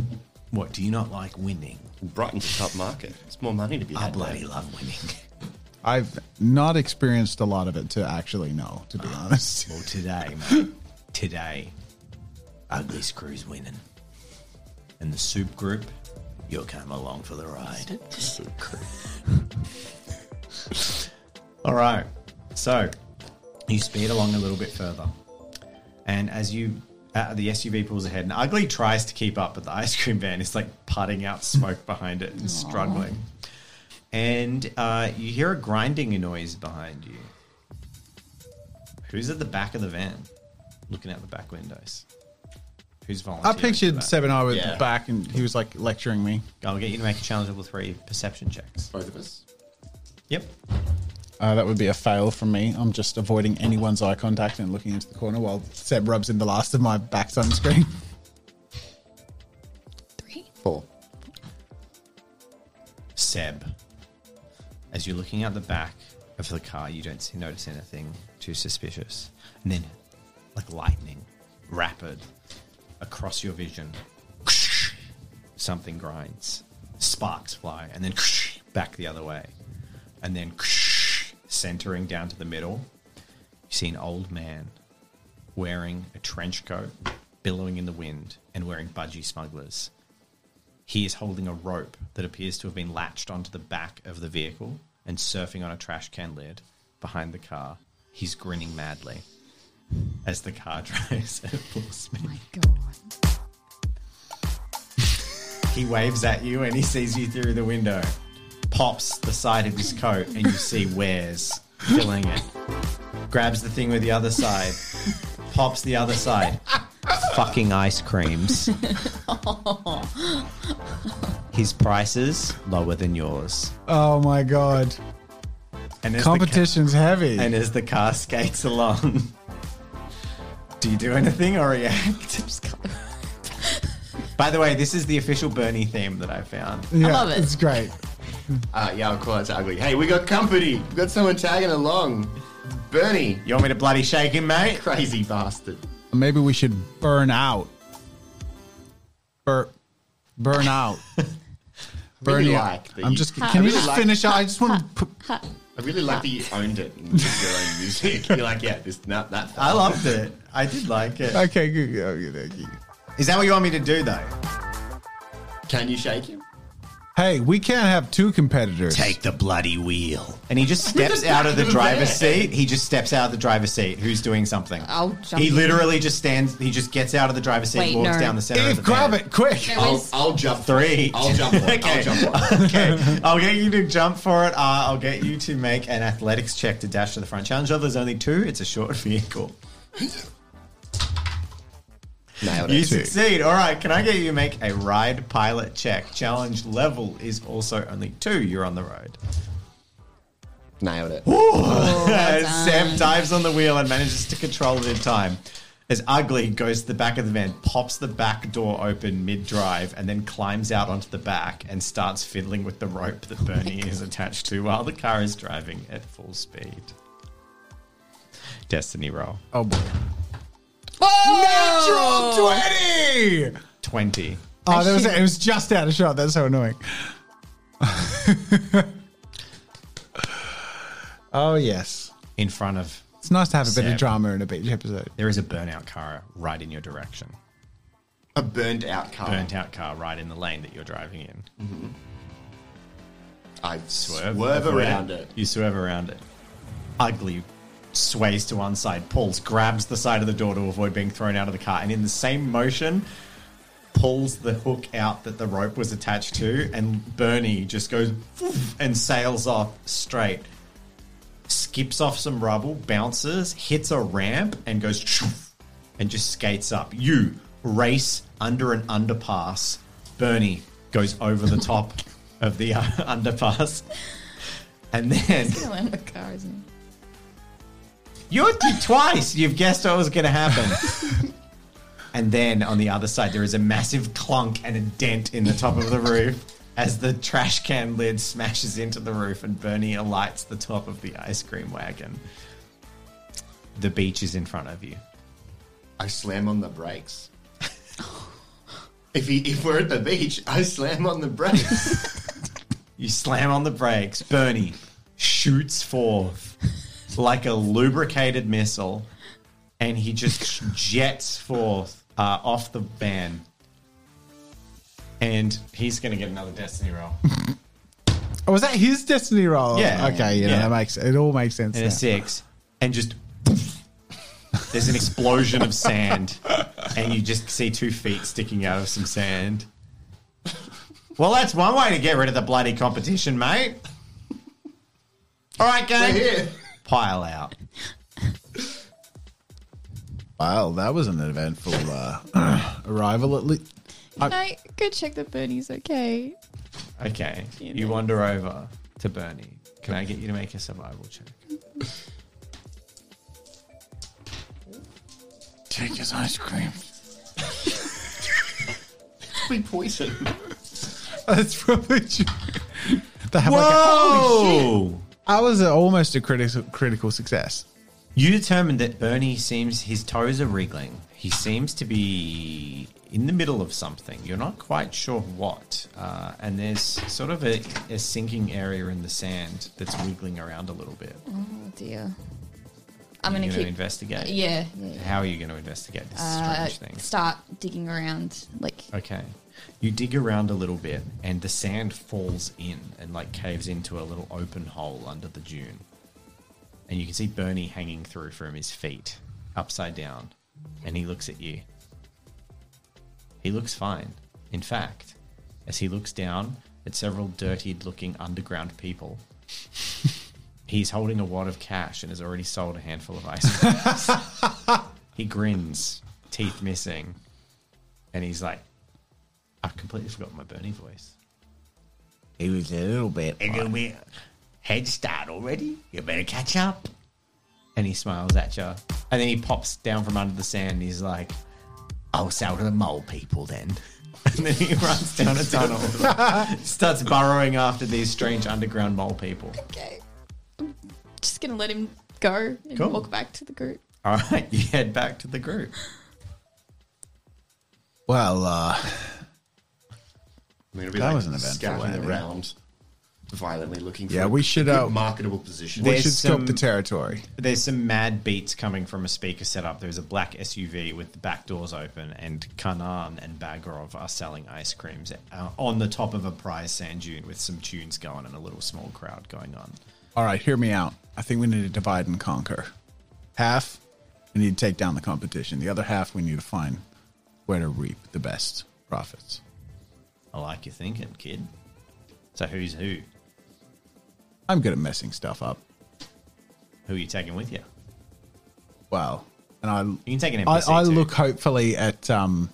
[SPEAKER 3] What, do you not like winning?
[SPEAKER 4] Brighton's a top market. It's more money to be
[SPEAKER 3] I
[SPEAKER 4] had.
[SPEAKER 3] bloody love winning.
[SPEAKER 2] I've not experienced a lot of it to actually know, to be honest.
[SPEAKER 3] Well, today, mate. today,
[SPEAKER 6] Ugly screws winning.
[SPEAKER 3] and the soup group
[SPEAKER 6] You'll come along for the ride.
[SPEAKER 3] All right. So you speed along a little bit further. And as you, uh, the SUV pulls ahead, and Ugly tries to keep up, but the ice cream van is like putting out smoke behind it and struggling. And uh, you hear a grinding noise behind you. Who's at the back of the van looking out the back windows? Who's
[SPEAKER 2] I
[SPEAKER 3] volunteering? for
[SPEAKER 2] pictured
[SPEAKER 3] that?
[SPEAKER 2] Seven I was
[SPEAKER 4] Yeah.
[SPEAKER 2] back and he was like lecturing me.
[SPEAKER 3] I'll get you to make a challenge level three perception checks.
[SPEAKER 4] Both of us.
[SPEAKER 3] Yep.
[SPEAKER 2] Uh, that would be a fail from me. I'm just avoiding anyone's eye contact and looking into the corner while Seb rubs in the last of my back sunscreen.
[SPEAKER 1] three.
[SPEAKER 4] Four.
[SPEAKER 3] Seb. As you're looking out the back of the car, you don't see, notice anything too suspicious. And then, like lightning, rapid, across your vision, something grinds, sparks fly, and then back the other way. And then, centering down to the middle, you see an old man wearing a trench coat, billowing in the wind, and wearing budgie smugglers. He is holding a rope that appears to have been latched onto the back of the vehicle and surfing on a trash can lid behind the car. He's grinning madly as the car drives and pulls me.
[SPEAKER 1] Oh My God.
[SPEAKER 3] He waves at you and he sees you through the window, pops the side of his coat, and you see wares filling it. Grabs the thing with the other side, pops the other side. Fucking ice creams. His prices lower than yours.
[SPEAKER 2] oh my god.
[SPEAKER 3] And as the ca-
[SPEAKER 2] Competition's heavy.
[SPEAKER 3] and as the car skates along, do you do anything or react?
[SPEAKER 1] Just cut the-
[SPEAKER 3] By the way, this is the official Bernie theme that I found.
[SPEAKER 2] yeah,
[SPEAKER 1] love it.
[SPEAKER 2] It's great.
[SPEAKER 4] Uh, yeah, of course, ugly. Hey, we got company. We got someone tagging along. Bernie,
[SPEAKER 3] You want me to bloody shake him, mate?
[SPEAKER 4] crazy bastard.
[SPEAKER 2] Maybe we should burn out. Bur- burn out. burn
[SPEAKER 4] Really
[SPEAKER 2] out.
[SPEAKER 4] like that
[SPEAKER 2] I'm
[SPEAKER 4] you-
[SPEAKER 2] just.
[SPEAKER 1] Ha-
[SPEAKER 2] Can we
[SPEAKER 4] really
[SPEAKER 2] just
[SPEAKER 4] like-
[SPEAKER 2] finish? I just want to.
[SPEAKER 4] I really like that you owned it and did your own music. You're like, yeah, this, no, that.
[SPEAKER 3] I loved it. I did like it.
[SPEAKER 2] Okay, good. good, good, good.
[SPEAKER 3] Is that what you want me to do, though?
[SPEAKER 4] Can you shake him?
[SPEAKER 2] Hey, we can't have two competitors.
[SPEAKER 5] Take the bloody wheel.
[SPEAKER 3] And he just steps out of the driver's seat. He just steps out of the driver's seat. Who's doing something?
[SPEAKER 1] I'll jump
[SPEAKER 3] He
[SPEAKER 1] in.
[SPEAKER 3] literally just stands. He just gets out of the driver's seat,
[SPEAKER 1] Wait,
[SPEAKER 3] walks
[SPEAKER 1] no.
[SPEAKER 3] down the center. of
[SPEAKER 2] Eve,
[SPEAKER 3] the
[SPEAKER 2] grab
[SPEAKER 3] van.
[SPEAKER 2] it quick.
[SPEAKER 1] There
[SPEAKER 4] I'll,
[SPEAKER 1] was-
[SPEAKER 4] I'll jump for it.
[SPEAKER 3] Three.
[SPEAKER 4] I'll jump one. I'll
[SPEAKER 3] Okay.
[SPEAKER 4] jump one.
[SPEAKER 3] okay, I'll get you to jump for it. Uh, I'll get you to make an athletics check to dash to the front. Challenge level is only two. It's a short vehicle.
[SPEAKER 4] Nailed
[SPEAKER 3] You
[SPEAKER 4] it.
[SPEAKER 3] succeed. All right. Can I get you to make a ride pilot check? Challenge level is also only two. You're on the road.
[SPEAKER 4] Nailed it.
[SPEAKER 1] Oh, well
[SPEAKER 3] Sam
[SPEAKER 1] done.
[SPEAKER 3] dives on the wheel and manages to control it in time. As Ugly goes to the back of the van, pops the back door open mid drive, and then climbs out onto the back and starts fiddling with the rope
[SPEAKER 1] Oh
[SPEAKER 3] that Bernie is attached to while the car is driving at full speed. Destiny roll.
[SPEAKER 2] Oh boy.
[SPEAKER 1] Oh!
[SPEAKER 3] 20.
[SPEAKER 2] Twenty. Oh, that was it. It was just out of shot. That's so annoying. oh yes,
[SPEAKER 3] In front of,
[SPEAKER 2] it's nice to have a bit
[SPEAKER 3] Sam.
[SPEAKER 2] of drama in a beach episode.
[SPEAKER 3] there is a burnout car right in your direction.
[SPEAKER 4] A burned out car.
[SPEAKER 3] Burnt out car right in the lane that you're driving in.
[SPEAKER 4] I swerve,
[SPEAKER 3] avoid
[SPEAKER 4] around it.
[SPEAKER 3] You swerve around it. Ugly sways to one side, pulls, grabs the side of the door to avoid being thrown out of the car, and in the same motion, pulls the hook out that the rope was attached to, and Bernie just goes "Woof," and sails off straight. Skips off some rubble, bounces, hits a ramp, and goes "Shoof," and just skates up. You race under an underpass. Bernie goes over the top of the uh, underpass. And then
[SPEAKER 1] Gonna land the car, isn't it?
[SPEAKER 3] you're twice. You've guessed what was going to happen. and then on the other side, there is a massive clunk and a dent in the top of the roof as the trash can lid smashes into the roof and Bernie alights the top of the ice cream wagon. The beach is in front of you.
[SPEAKER 4] I slam on the brakes. if, he, if we're at the beach, I slam on the brakes.
[SPEAKER 3] You slam on the brakes. Bernie shoots forth like a lubricated missile, and he just jets forth uh, off the van. And he's going to get another destiny roll.
[SPEAKER 2] Oh, was that his destiny roll?
[SPEAKER 3] Yeah.
[SPEAKER 2] Okay. Yeah,
[SPEAKER 3] Yeah.
[SPEAKER 2] that makes it all makes sense.
[SPEAKER 3] and
[SPEAKER 2] now.
[SPEAKER 3] a six, and just there's an explosion of sand, and you just see two feet sticking out of some sand. Well, that's one way to get rid of the bloody competition, mate. All right, gang.
[SPEAKER 4] Here.
[SPEAKER 3] pile out.
[SPEAKER 2] Wow, that was an eventful uh, arrival. At least Uh,
[SPEAKER 1] Can I go check that Bernie's okay?
[SPEAKER 3] Okay.
[SPEAKER 1] Yeah,
[SPEAKER 3] You
[SPEAKER 1] no.
[SPEAKER 3] wander over to Bernie. Can I get you to make a survival check?
[SPEAKER 2] take his ice cream.
[SPEAKER 4] We poison.
[SPEAKER 2] That's probably true. They have like a-
[SPEAKER 3] Whoa!
[SPEAKER 2] I was a, almost a critical critical success.
[SPEAKER 3] You determined that Bernie seems his toes are wriggling. He seems to be in the middle of something. You're not quite sure what. Uh, and there's sort of a, a sinking area in the sand that's wiggling around a little bit.
[SPEAKER 1] Oh dear. I'm
[SPEAKER 3] You're
[SPEAKER 1] gonna
[SPEAKER 3] going to
[SPEAKER 1] keep.
[SPEAKER 3] investigate.
[SPEAKER 1] Yeah. yeah, yeah.
[SPEAKER 3] How are you going to investigate this
[SPEAKER 1] Uh,
[SPEAKER 3] strange thing?
[SPEAKER 1] start digging around. Like
[SPEAKER 3] Okay. You dig around a little bit, and the sand falls in and like caves into a little open hole under the dune. And you can see Bernie hanging through from his feet, upside down, and he looks at you. He looks fine. In fact, as he looks down at several dirtied looking underground people, he's holding a wad of cash and has already sold a handful of ice cream. he grins, teeth missing, and he's like, I completely forgot my Bernie voice.
[SPEAKER 5] He was a little bit.
[SPEAKER 3] we head start already? You better catch up. And he smiles at you. And then he pops down from under the sand and he's like, I'll sell to the mole people then. And then he runs down a tunnel, starts burrowing after these strange underground mole people.
[SPEAKER 1] okay, I'm just gonna let him go and
[SPEAKER 3] Cool.
[SPEAKER 1] walk back to the group.
[SPEAKER 3] All right, you head back to the group.
[SPEAKER 2] Well, uh,
[SPEAKER 4] I'm gonna be
[SPEAKER 2] That
[SPEAKER 4] like
[SPEAKER 2] was an eventful
[SPEAKER 4] scouting
[SPEAKER 2] landing.
[SPEAKER 4] around. violently looking for
[SPEAKER 2] Yeah,
[SPEAKER 4] a
[SPEAKER 2] we should,
[SPEAKER 4] good
[SPEAKER 2] uh,
[SPEAKER 4] marketable position.
[SPEAKER 2] We
[SPEAKER 3] There's
[SPEAKER 2] should scope
[SPEAKER 3] some-
[SPEAKER 2] the territory.
[SPEAKER 3] There's some mad beats coming from a speaker setup. There's a black SUV with the back doors open, and Kanan and Bagrov are selling ice creams uh, on the top of a prize sand dune with some tunes going and a little small crowd going on.
[SPEAKER 2] All right, hear me out. I think we need to divide and conquer. Half, we need to take down the competition. The other half, we need to find where to reap the best profits.
[SPEAKER 3] I like your thinking, kid. So who's who?
[SPEAKER 2] I'm good at messing stuff up.
[SPEAKER 3] Who are you taking with you?
[SPEAKER 2] Well, and I
[SPEAKER 3] You can take an
[SPEAKER 2] I,
[SPEAKER 3] NPC.
[SPEAKER 2] I
[SPEAKER 3] too.
[SPEAKER 2] look hopefully at um,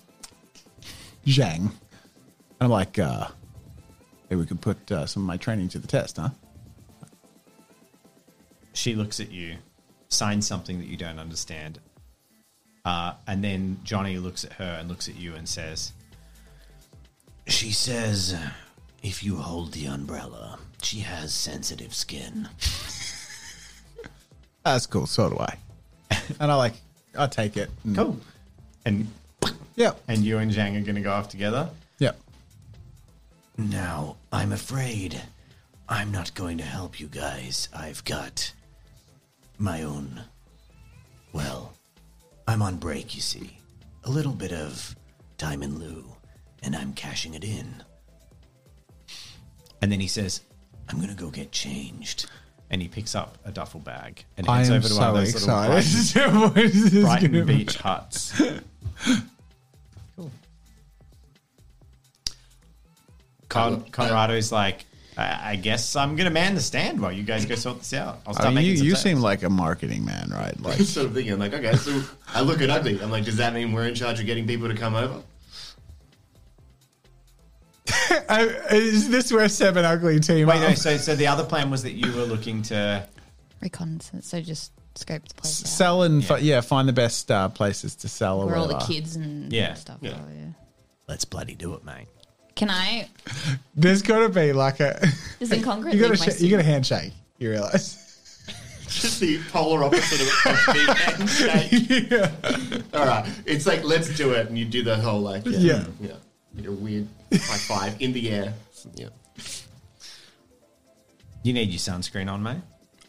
[SPEAKER 2] Zhang, and I'm like, uh, hey, we could put uh, some of my training to the test, huh?
[SPEAKER 3] She looks at you, signs something that you don't understand. Uh, and then Johnny looks at her and looks at you and says,
[SPEAKER 5] She says, if you hold the umbrella, she has sensitive skin.
[SPEAKER 2] That's cool. So do I. and I like, I take it. and-
[SPEAKER 3] Cool. And
[SPEAKER 2] Yep.
[SPEAKER 3] and you and Zhang are going to go off together.
[SPEAKER 2] Yep.
[SPEAKER 5] Now, I'm afraid I'm not going to help you guys. I've got my own. Well, I'm on break, you see. A little bit of time in lieu, and I'm cashing it in.
[SPEAKER 3] And then he says,
[SPEAKER 5] I'm gonna go get changed.
[SPEAKER 3] and he picks up a duffel bag and
[SPEAKER 2] I
[SPEAKER 3] heads
[SPEAKER 2] am
[SPEAKER 3] over to one
[SPEAKER 2] so
[SPEAKER 3] of those little
[SPEAKER 2] excited. What is this
[SPEAKER 3] Brighton,
[SPEAKER 2] gonna
[SPEAKER 3] Brighton
[SPEAKER 2] be?
[SPEAKER 3] Beach huts. cool. Con- Conrado's like, I-, I guess I'm going to man the stand while you guys go sort this out. I'll start
[SPEAKER 2] I mean, Oh, you
[SPEAKER 3] making some
[SPEAKER 2] you
[SPEAKER 3] sales."
[SPEAKER 2] seem like a marketing man, right? Like,
[SPEAKER 4] sort of thing. I'm like, okay, so I look at Ugly. I'm like, does that mean we're in charge of getting people to come over?
[SPEAKER 2] Oh, is this where Seven Ugly team?
[SPEAKER 3] Wait, no. So, so the other plan was that you were looking to.
[SPEAKER 1] Reconnaissance. So just scope the place out.
[SPEAKER 2] sell and
[SPEAKER 3] Yeah.
[SPEAKER 2] yeah. yeah, find the best uh, places to sell. Or
[SPEAKER 1] where all the
[SPEAKER 2] whatever.
[SPEAKER 1] kids and
[SPEAKER 3] Yeah,
[SPEAKER 1] stuff
[SPEAKER 4] yeah.
[SPEAKER 1] are, yeah.
[SPEAKER 5] Let's bloody do it, mate.
[SPEAKER 1] Can I?
[SPEAKER 2] There's got to be like a
[SPEAKER 1] Does incongruent
[SPEAKER 2] you got
[SPEAKER 1] leave my
[SPEAKER 2] to sh-
[SPEAKER 1] suit?
[SPEAKER 2] you got a handshake. You realize?
[SPEAKER 4] Just the polar opposite of of the handshake. All right, it's like let's do it, and you do the whole like yeah,
[SPEAKER 2] Yeah.
[SPEAKER 4] yeah, like a weird high five in the air. Yeah,
[SPEAKER 3] You need your sunscreen on, mate.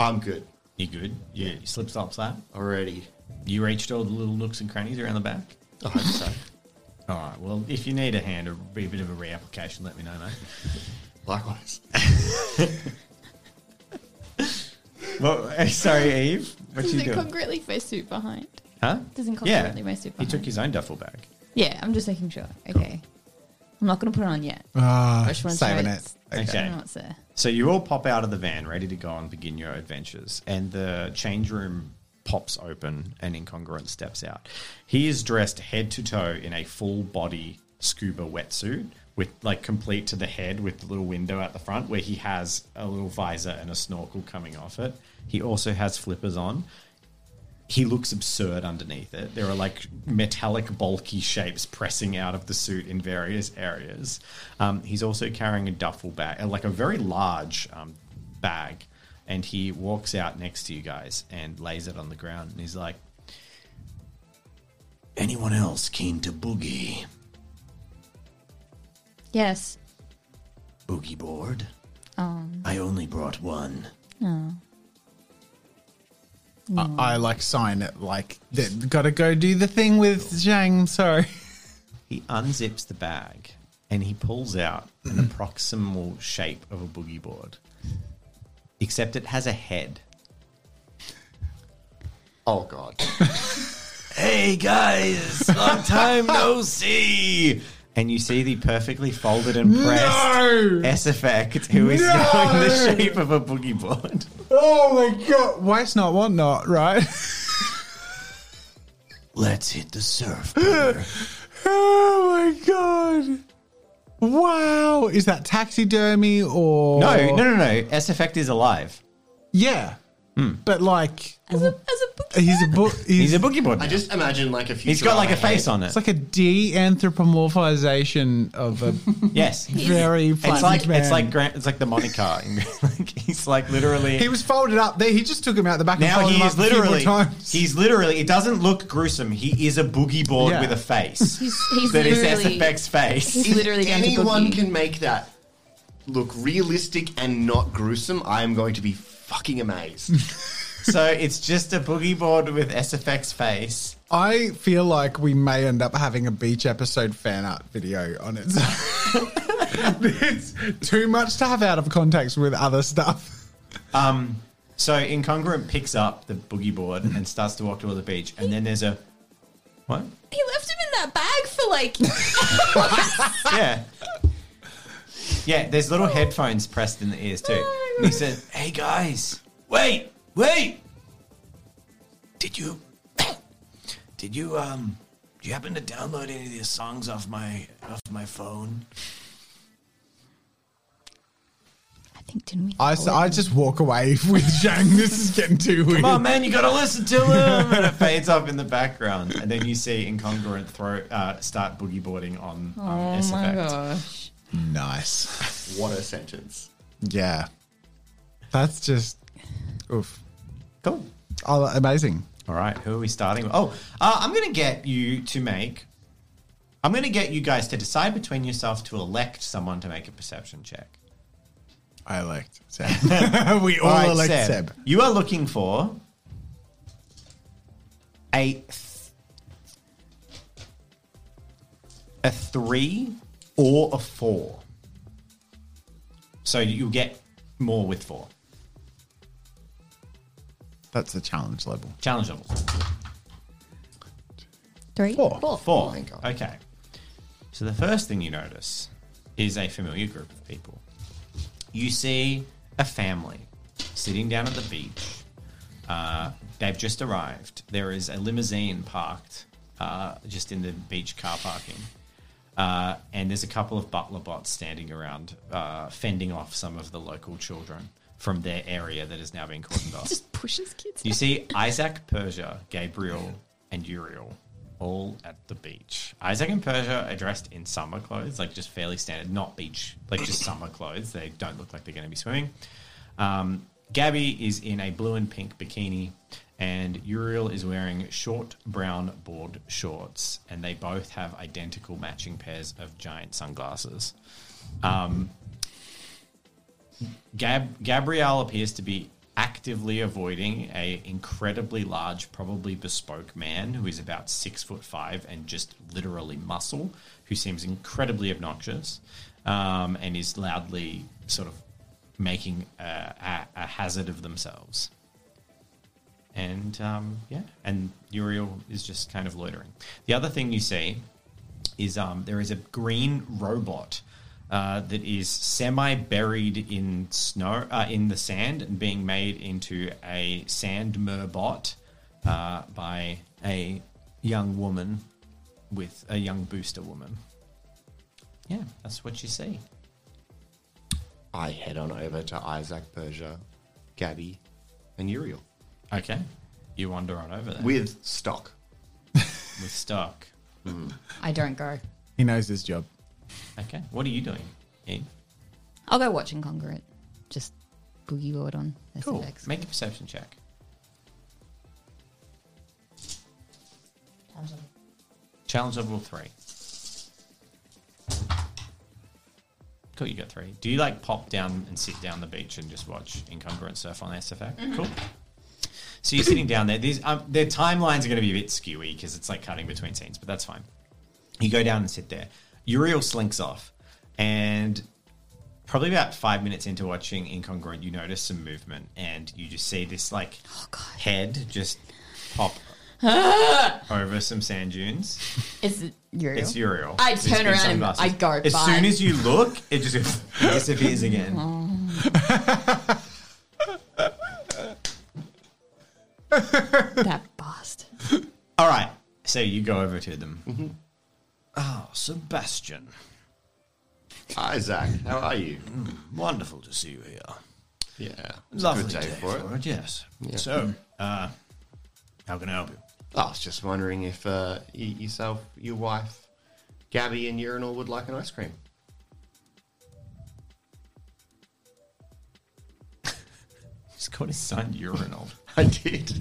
[SPEAKER 4] I'm good
[SPEAKER 3] You good? You, you slip, slop, slap.
[SPEAKER 4] already. Oh,
[SPEAKER 3] You reached all the little nooks and crannies around the back.
[SPEAKER 4] I hope so.
[SPEAKER 3] All right. Well, if you need a hand or be a bit of a reapplication, let me know, mate.
[SPEAKER 4] Likewise.
[SPEAKER 3] well, sorry, Eve. What
[SPEAKER 1] Does
[SPEAKER 3] you doing?
[SPEAKER 1] incongruent leave my suit behind?
[SPEAKER 3] Huh?
[SPEAKER 1] Does incongruent
[SPEAKER 3] Yeah.
[SPEAKER 1] leave my
[SPEAKER 3] He
[SPEAKER 1] suit behind?
[SPEAKER 3] took his own duffel bag.
[SPEAKER 1] yeah, I'm just making sure. Okay. I'm not going to put it on yet.
[SPEAKER 2] Ah,
[SPEAKER 1] Which one's
[SPEAKER 2] saving
[SPEAKER 1] right?
[SPEAKER 2] it.
[SPEAKER 3] Okay.
[SPEAKER 1] I don't know what's there.
[SPEAKER 3] So you all pop out of the van, ready to go and begin your adventures, and the change room pops open, and Incongruent steps out. He is dressed head to toe in a full body scuba wetsuit with like complete to the head with the little window at the front where he has a little visor and a snorkel coming off it. He also has flippers on. He looks absurd underneath it. There are like metallic, bulky shapes pressing out of the suit in various areas. Um, he's also carrying a duffel bag, uh, like a very large um, bag. And he walks out next to you guys and lays it on the ground. And he's like,
[SPEAKER 5] Anyone else keen to boogie?
[SPEAKER 1] Yes.
[SPEAKER 5] Boogie board?
[SPEAKER 1] Um,
[SPEAKER 5] I only brought one.
[SPEAKER 1] Mm.
[SPEAKER 2] I, I like sign it. Like, got to go do the thing with Zhang. Sorry.
[SPEAKER 3] he unzips the bag and he pulls out an
[SPEAKER 4] Mm-hmm.
[SPEAKER 3] approximal shape of a boogie board, except it has a head.
[SPEAKER 4] Oh god.
[SPEAKER 3] Hey guys, long time no see. And you see the perfectly folded and pressed
[SPEAKER 2] No!
[SPEAKER 3] SFX who is
[SPEAKER 2] No!
[SPEAKER 3] knowing the shape of a boogie board.
[SPEAKER 2] Oh my god! Why it's not one not right?
[SPEAKER 5] Let's hit the surf.
[SPEAKER 2] oh my god! Wow! Is that taxidermy or
[SPEAKER 3] No,
[SPEAKER 4] Oh.
[SPEAKER 3] no, no, no. SFX is alive.
[SPEAKER 2] Yeah, but like
[SPEAKER 1] as a, as a book.
[SPEAKER 2] he's a book.
[SPEAKER 3] Hmm. He's a
[SPEAKER 2] He's,
[SPEAKER 3] boogie board.
[SPEAKER 4] I
[SPEAKER 3] now.
[SPEAKER 4] just imagine like a future.
[SPEAKER 3] He's got like a face on it.
[SPEAKER 2] it's like a de-anthropomorphization of a
[SPEAKER 3] Yes.
[SPEAKER 2] very pleasant
[SPEAKER 3] It's like
[SPEAKER 2] man.
[SPEAKER 3] it's like Grant, it's like the Monte Car. like, he's like literally
[SPEAKER 2] he was folded up there. He just took him out the back. and
[SPEAKER 3] now
[SPEAKER 2] folded
[SPEAKER 3] he
[SPEAKER 2] him
[SPEAKER 3] is
[SPEAKER 2] up a few more
[SPEAKER 3] literally
[SPEAKER 2] times.
[SPEAKER 3] he's literally it doesn't look gruesome. He is a boogie board
[SPEAKER 2] Yeah.
[SPEAKER 3] with a face.
[SPEAKER 1] He's, he's
[SPEAKER 3] that is
[SPEAKER 1] literally.
[SPEAKER 3] SFX face.
[SPEAKER 1] He's literally going to
[SPEAKER 4] Anyone
[SPEAKER 1] boogie.
[SPEAKER 4] can make that. look realistic and not gruesome, I am going to be fucking amazed.
[SPEAKER 3] so it's just a boogie board with SFX face.
[SPEAKER 2] I feel like we may end up having a beach episode fan art video on its own. it's too much to have out of context with other stuff.
[SPEAKER 3] So Incongruent picks up the boogie board and starts to walk toward the beach, and then there's a what?
[SPEAKER 1] He left him in that bag for like.
[SPEAKER 3] Yeah. Yeah, there's little headphones pressed in the ears too. And he said, Hey guys, wait, wait.
[SPEAKER 5] Did you? did you um? Do you happen to download any of these songs off my off my phone?
[SPEAKER 1] I think didn't we?
[SPEAKER 2] I, s- I just walk away with Zhang. This is getting too weird.
[SPEAKER 3] Oh man, you gotta listen to him. And it fades up in the background. And then you see Incongruent throw uh, start boogie boarding on um,
[SPEAKER 1] Oh my
[SPEAKER 3] SFX.
[SPEAKER 1] gosh!
[SPEAKER 2] Nice.
[SPEAKER 4] what a sentence.
[SPEAKER 2] Yeah. That's just oof.
[SPEAKER 3] Cool.
[SPEAKER 2] Oh, amazing.
[SPEAKER 3] All right, who are we starting with? Oh, uh, I'm going to get you to make. I'm going to get you guys to decide between yourself to elect someone to make a perception check.
[SPEAKER 2] I elect Seb. we all,
[SPEAKER 3] All right,
[SPEAKER 2] elect
[SPEAKER 3] Seb,
[SPEAKER 2] Seb.
[SPEAKER 3] You are looking for a th- a three or a four. So you get more with four.
[SPEAKER 2] That's the challenge level.
[SPEAKER 3] Challenge level.
[SPEAKER 1] Three, Oh
[SPEAKER 2] Four.
[SPEAKER 3] Four.
[SPEAKER 4] Thank God.
[SPEAKER 3] Okay. So the first thing you notice is a familiar group of people. You see a family sitting down at the beach. Uh, they've just arrived. There is a limousine parked uh, just in the beach car parking. Uh, and there's a couple of butler bots standing around, uh, fending off some of the local children from their area that has now been cordoned off.
[SPEAKER 1] Just pushes kids.
[SPEAKER 3] You see Isaac, Persia, Gabriel, and Uriel all at the beach. Isaac and Persia are dressed in summer clothes, like just fairly standard, not beach, like just summer clothes. They don't look like they're going to be swimming. Um, Gabby is in a blue and pink bikini, and Uriel is wearing short brown board shorts, and they both have identical matching pairs of giant sunglasses. Um, Gab- Gabrielle appears to be actively avoiding a incredibly large, probably bespoke man who is about six foot five and just literally muscle, who seems incredibly obnoxious um, and is loudly sort of making a, a, a hazard of themselves. And um, yeah, and Uriel is just kind of loitering. The other thing you see is um, there is a green robot uh, that is semi buried in snow uh, in the sand and being made into a sand merbot uh, by a young woman with a young booster woman. Yeah, that's what you see.
[SPEAKER 4] I head on over to Isaac Persia, Gabby, and Uriel
[SPEAKER 3] Okay, you wander on over there with,
[SPEAKER 4] with stock.
[SPEAKER 3] stock.
[SPEAKER 1] I don't go.
[SPEAKER 2] He knows his job.
[SPEAKER 3] Okay, what are you doing? Ian?
[SPEAKER 1] I'll go watch Incongruent. Just boogie board on SFX.
[SPEAKER 3] Cool. Make a perception check. Challenge level three. Cool, you got three. Do you like pop down and sit down the beach and just watch incongruent surf on SFX? Cool. So you're sitting down there. These um, their timelines are going to be a bit skewy because it's like cutting between scenes, but that's fine. You go down and sit there. Uriel slinks off, and probably about five minutes into watching Incongruent, you notice some movement, and you just see this like head just pop over some sand dunes.
[SPEAKER 1] Is it Uriel?
[SPEAKER 3] It's Uriel.
[SPEAKER 1] I
[SPEAKER 3] It's
[SPEAKER 1] turn
[SPEAKER 3] been
[SPEAKER 1] around and
[SPEAKER 3] sunglasses.
[SPEAKER 1] I go,
[SPEAKER 3] As
[SPEAKER 1] "Bye."
[SPEAKER 3] soon as you look, it just disappears again.
[SPEAKER 1] that bastard.
[SPEAKER 3] All right, so you go over to them.
[SPEAKER 2] Mm-hmm.
[SPEAKER 5] Oh, Sebastian,
[SPEAKER 4] Isaac, how are you?
[SPEAKER 5] wonderful to see you here.
[SPEAKER 4] Yeah. It's
[SPEAKER 5] Lovely
[SPEAKER 4] a good day, for it.
[SPEAKER 5] yes. So, uh, how can I help you?
[SPEAKER 4] I was just wondering if uh, y- yourself, your wife, Gabby, and Urinal would like an ice cream.
[SPEAKER 3] He's got his son Urinal.
[SPEAKER 4] I did.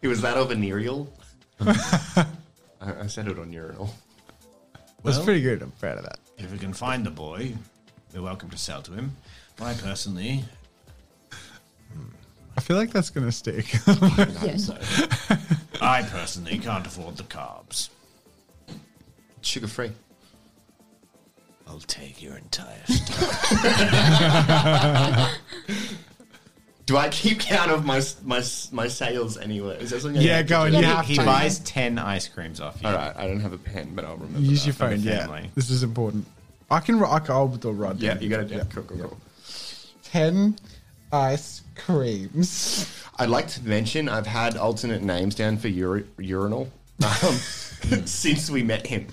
[SPEAKER 4] it was that or venereal. I, I said it on Urinal.
[SPEAKER 2] That's pretty good. I'm proud of that.
[SPEAKER 3] If we can find the boy, we're welcome to sell to him. I personally,
[SPEAKER 2] I feel like that's going to stick.
[SPEAKER 1] Yeah.
[SPEAKER 3] I personally can't afford the carbs.
[SPEAKER 4] Sugar free.
[SPEAKER 5] I'll take your entire stuff.
[SPEAKER 4] Do I keep count of my my my sales anywhere? Is that something? I
[SPEAKER 2] Yeah,
[SPEAKER 4] have to
[SPEAKER 2] go
[SPEAKER 4] do?
[SPEAKER 2] on, you
[SPEAKER 1] Yeah,
[SPEAKER 2] have
[SPEAKER 3] He
[SPEAKER 2] to.
[SPEAKER 3] buys 10 ice creams off you.
[SPEAKER 4] All right, I don't have a pen, but I'll remember.
[SPEAKER 2] Use
[SPEAKER 4] that.
[SPEAKER 2] your phone. Yeah,
[SPEAKER 3] family.
[SPEAKER 2] this is important. I can. ro- I can I'll do a rod.
[SPEAKER 4] Yeah, you got it. Yeah, cool, cool, cool.
[SPEAKER 2] Ten ice creams.
[SPEAKER 4] I'd like to mention I've had alternate names down for uri- urinal um, since we met him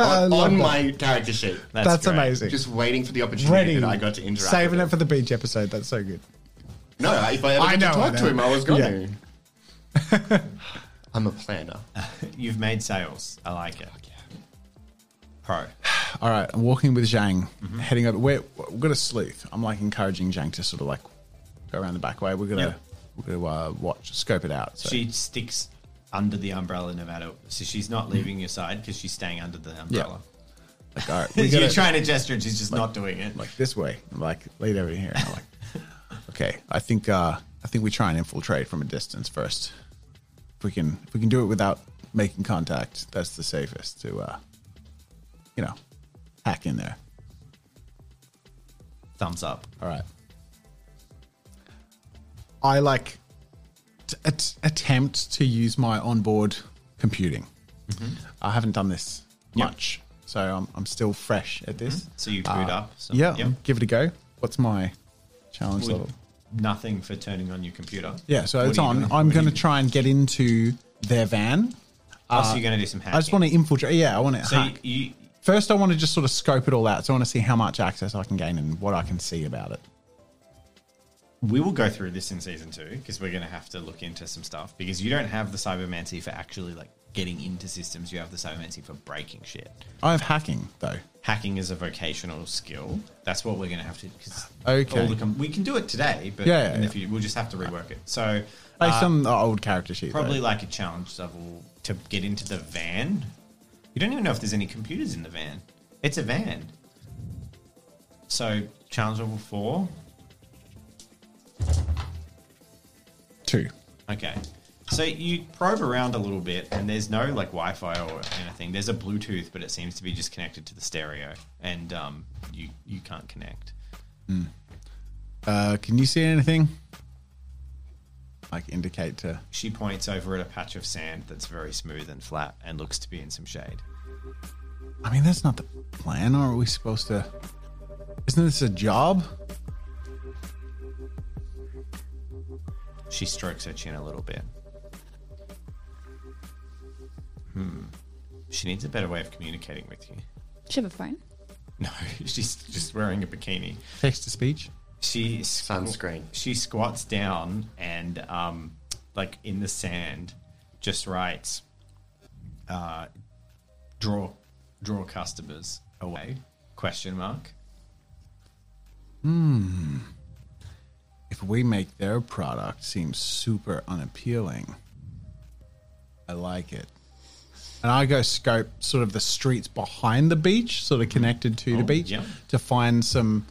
[SPEAKER 4] on, on my character sheet.
[SPEAKER 2] That's,
[SPEAKER 3] great.
[SPEAKER 2] amazing.
[SPEAKER 4] Just waiting for the opportunity
[SPEAKER 2] ready.
[SPEAKER 4] that I got to interact.
[SPEAKER 2] Saving
[SPEAKER 4] with
[SPEAKER 2] it for the beach episode. That's so good.
[SPEAKER 4] No, if I ever
[SPEAKER 2] I
[SPEAKER 4] get
[SPEAKER 2] know,
[SPEAKER 4] to
[SPEAKER 2] I
[SPEAKER 4] talk
[SPEAKER 2] know.
[SPEAKER 4] to him, I was
[SPEAKER 2] Yeah.
[SPEAKER 4] going to. I'm a planner.
[SPEAKER 3] You've made sales. I like it. Pro.
[SPEAKER 2] All right, I'm walking with Zhang, heading over. We're, we've got a sleuth. I'm like encouraging Zhang to sort of like go around the back way. We're gonna
[SPEAKER 3] Yep.
[SPEAKER 2] we're gonna uh, watch, scope it out. So.
[SPEAKER 3] She sticks under the umbrella no matter. So she's
[SPEAKER 2] Mm-hmm.
[SPEAKER 3] not leaving your side because she's staying under the umbrella.
[SPEAKER 2] like, all right, we
[SPEAKER 3] You're
[SPEAKER 2] gotta,
[SPEAKER 3] trying to gesture and she's just not doing it.
[SPEAKER 2] like this way. I'm like lead over here. I'm like, okay, I think uh, I think we try and infiltrate from a distance first. If we can, if we can do it without making contact, that's the safest to, uh, you know, hack in there.
[SPEAKER 3] Thumbs up.
[SPEAKER 2] All right. I like t- at- attempt to use my onboard computing. I haven't done this much, so I'm, I'm still fresh at this.
[SPEAKER 3] So you boot up. So,
[SPEAKER 2] Uh, yeah,
[SPEAKER 3] yep.
[SPEAKER 2] give it a go. What's my challenge
[SPEAKER 3] Would-
[SPEAKER 2] level?
[SPEAKER 3] Nothing for turning on your computer.
[SPEAKER 2] Yeah, so
[SPEAKER 3] What
[SPEAKER 2] it's
[SPEAKER 3] are you
[SPEAKER 2] on.
[SPEAKER 3] doing?
[SPEAKER 2] I'm
[SPEAKER 3] What are
[SPEAKER 2] going to
[SPEAKER 3] you-
[SPEAKER 2] try and get into their van.
[SPEAKER 3] Oh, so you're going to do some hacking.
[SPEAKER 2] I just want to infiltrate. Yeah, I want to
[SPEAKER 3] So
[SPEAKER 2] hack.
[SPEAKER 3] you, you,
[SPEAKER 2] First, I want to just sort of scope it all out. So I want to see how much access I can gain and what I can see about it.
[SPEAKER 3] we will go through this in season two because we're going to have to look into some stuff because you don't have the cybermancy for actually like getting into systems. You have the cybermancy for breaking shit.
[SPEAKER 2] I have hacking though.
[SPEAKER 3] Hacking is a vocational skill. That's what we're going to have to. Cause
[SPEAKER 2] Okay.
[SPEAKER 3] all the com- we can do it today, but
[SPEAKER 2] Yeah, yeah,
[SPEAKER 3] in the
[SPEAKER 2] yeah.
[SPEAKER 3] future, we'll just have to rework it. So
[SPEAKER 2] Based
[SPEAKER 3] uh,
[SPEAKER 2] on the old character sheet, though.
[SPEAKER 3] probably like a challenge level to get into the van. You don't even know if there's any computers in the van. It's a van. So challenge level four.
[SPEAKER 2] two.
[SPEAKER 3] Okay. So you probe around a little bit, and there's no like Wi-Fi or anything. There's a Bluetooth, but it seems to be just connected to the stereo, and um, you you can't connect.
[SPEAKER 2] Uh, can you see anything? Like indicate to.
[SPEAKER 3] She points over at a patch of sand that's very smooth and flat, and looks to be in some shade.
[SPEAKER 2] I mean, that's not the plan. Or are we supposed to? Isn't this a job?
[SPEAKER 3] She strokes her chin a little bit. Hmm. She needs a better way of communicating with you.
[SPEAKER 1] Should have a phone.
[SPEAKER 3] No, she's just wearing a bikini.
[SPEAKER 2] Text to speech.
[SPEAKER 3] She squ-
[SPEAKER 4] Sunscreen.
[SPEAKER 3] She squats down and, um, like in the sand, just writes, uh, "Draw, draw customers away?" Question mark.
[SPEAKER 2] if we make their product seem super unappealing, I like it. And I go scope sort of the streets behind the beach, sort of connected to
[SPEAKER 3] Oh,
[SPEAKER 2] the beach,
[SPEAKER 3] yeah.
[SPEAKER 2] to find some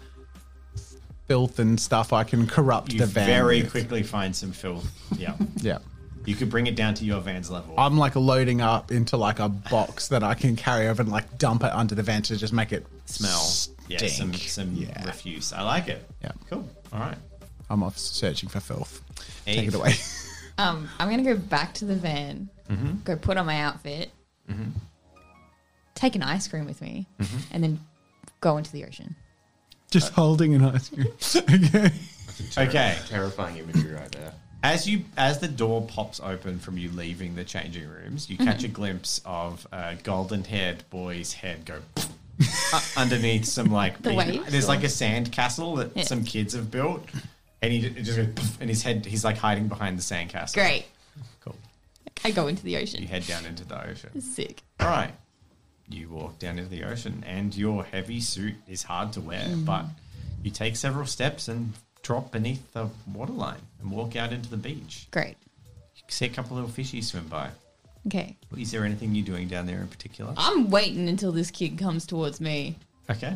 [SPEAKER 2] filth and stuff I can corrupt
[SPEAKER 3] You
[SPEAKER 2] the van.
[SPEAKER 3] very
[SPEAKER 2] with.
[SPEAKER 3] quickly find some filth. Yeah,
[SPEAKER 2] Yeah.
[SPEAKER 3] you could bring it down to your van's level.
[SPEAKER 2] I'm like loading up into like a box that I can carry over and like dump it under the van to just make it
[SPEAKER 3] smell.
[SPEAKER 2] Stink.
[SPEAKER 3] Yeah, some some
[SPEAKER 2] Yeah.
[SPEAKER 3] refuse. I like it.
[SPEAKER 2] Yeah.
[SPEAKER 3] Cool. All right.
[SPEAKER 2] I'm off searching for filth. Take
[SPEAKER 3] Eve.
[SPEAKER 2] it away.
[SPEAKER 1] Um, I'm gonna go back to the van,
[SPEAKER 3] Mm-hmm.
[SPEAKER 1] go put on my outfit, take an ice cream with me,
[SPEAKER 3] Mm-hmm.
[SPEAKER 1] and then go into the ocean.
[SPEAKER 3] Uh,
[SPEAKER 2] just holding an ice cream. okay.
[SPEAKER 3] Okay.
[SPEAKER 4] Terrifying imagery right there.
[SPEAKER 3] As you as the door pops open from you leaving the changing rooms, you catch a glimpse of a golden-haired boy's head go u- underneath some like
[SPEAKER 1] The
[SPEAKER 3] big-
[SPEAKER 1] waves,
[SPEAKER 3] there's
[SPEAKER 1] or-
[SPEAKER 3] like a sand castle that
[SPEAKER 1] Yeah.
[SPEAKER 3] some kids have built, and he it just goes poof, and his head he's like hiding behind the sand castle.
[SPEAKER 1] Great.
[SPEAKER 3] cool.
[SPEAKER 1] I go into the
[SPEAKER 3] You
[SPEAKER 1] ocean.
[SPEAKER 3] head down into the ocean.
[SPEAKER 1] Sick.
[SPEAKER 3] All right. You walk down into the ocean, and your heavy suit is hard to wear, but you take several steps and drop beneath the waterline and walk out into the beach.
[SPEAKER 1] Great.
[SPEAKER 3] You see a couple little fishies swim by.
[SPEAKER 1] Okay.
[SPEAKER 3] Is there anything you're doing down there in particular?
[SPEAKER 1] I'm waiting until this kid comes towards me.
[SPEAKER 3] Okay.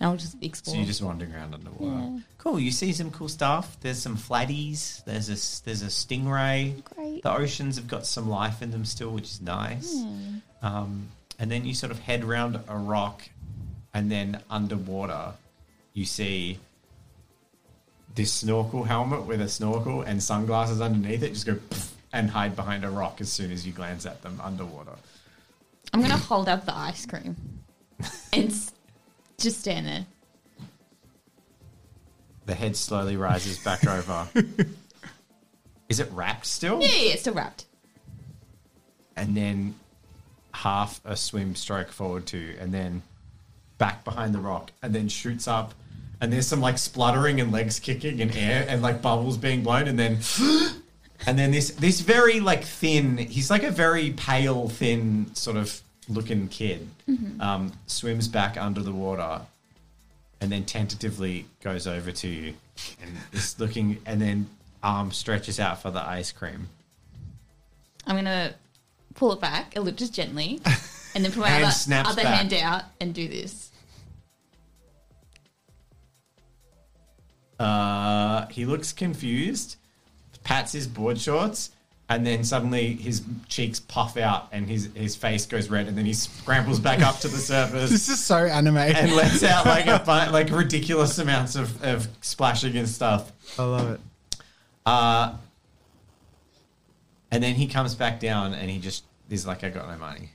[SPEAKER 1] And I'll just
[SPEAKER 3] So
[SPEAKER 1] explore.
[SPEAKER 3] you're just wandering around underwater.
[SPEAKER 1] Yeah.
[SPEAKER 3] Cool. You see some cool stuff. There's some flatties. There's a s- there's a stingray.
[SPEAKER 1] Great.
[SPEAKER 3] The oceans have got some life in them still, which is nice. Um, and then you sort of head round a rock, and then underwater, you see this snorkel helmet with a snorkel and sunglasses underneath it. Just go pff, and hide behind a rock as soon as you glance at them underwater.
[SPEAKER 1] I'm gonna hold up the ice cream and s- just stand there.
[SPEAKER 3] The head slowly rises back over. Is it wrapped still?
[SPEAKER 1] Yeah, yeah, yeah, it's still wrapped.
[SPEAKER 3] and then half a swim stroke forward to, and then back behind the rock, and then shoots up. And there's some like spluttering and legs kicking and air and like bubbles being blown, and then and then this this very like thin, he's like a very pale, thin sort of looking kid, um, swims back under the water, and then tentatively goes over to you and is looking, and then arm stretches out for the ice cream.
[SPEAKER 1] I'm gonna pull it back a little, just gently, and then put my
[SPEAKER 3] Hand
[SPEAKER 1] other,
[SPEAKER 3] snaps
[SPEAKER 1] other
[SPEAKER 3] back.
[SPEAKER 1] hand out and do this.
[SPEAKER 3] Uh, he looks confused, pats his board shorts, and then suddenly his cheeks puff out and his, his face goes red, and then he scrambles back up to the surface
[SPEAKER 2] This is so anime.
[SPEAKER 3] and lets out like a bu- like ridiculous amounts of, of splashing and stuff.
[SPEAKER 2] I love it.
[SPEAKER 3] And then he comes back down and he just is like, I got no money.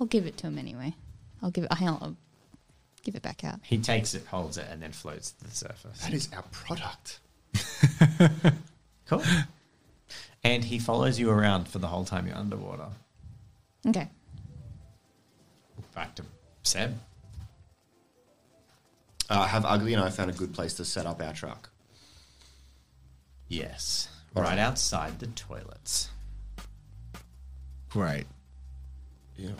[SPEAKER 1] I'll give it to him anyway. I'll give it. I'll, I'll give it back out.
[SPEAKER 3] He takes it, holds it, and then floats to the surface.
[SPEAKER 4] That is our product.
[SPEAKER 3] Cool. And he follows you around for the whole time you're underwater.
[SPEAKER 1] Okay.
[SPEAKER 3] Back to Seb.
[SPEAKER 4] Uh, have Ugly and I found a good place to set up our truck?
[SPEAKER 3] Yes. Right outside the toilets.
[SPEAKER 2] Great.
[SPEAKER 4] Yeah.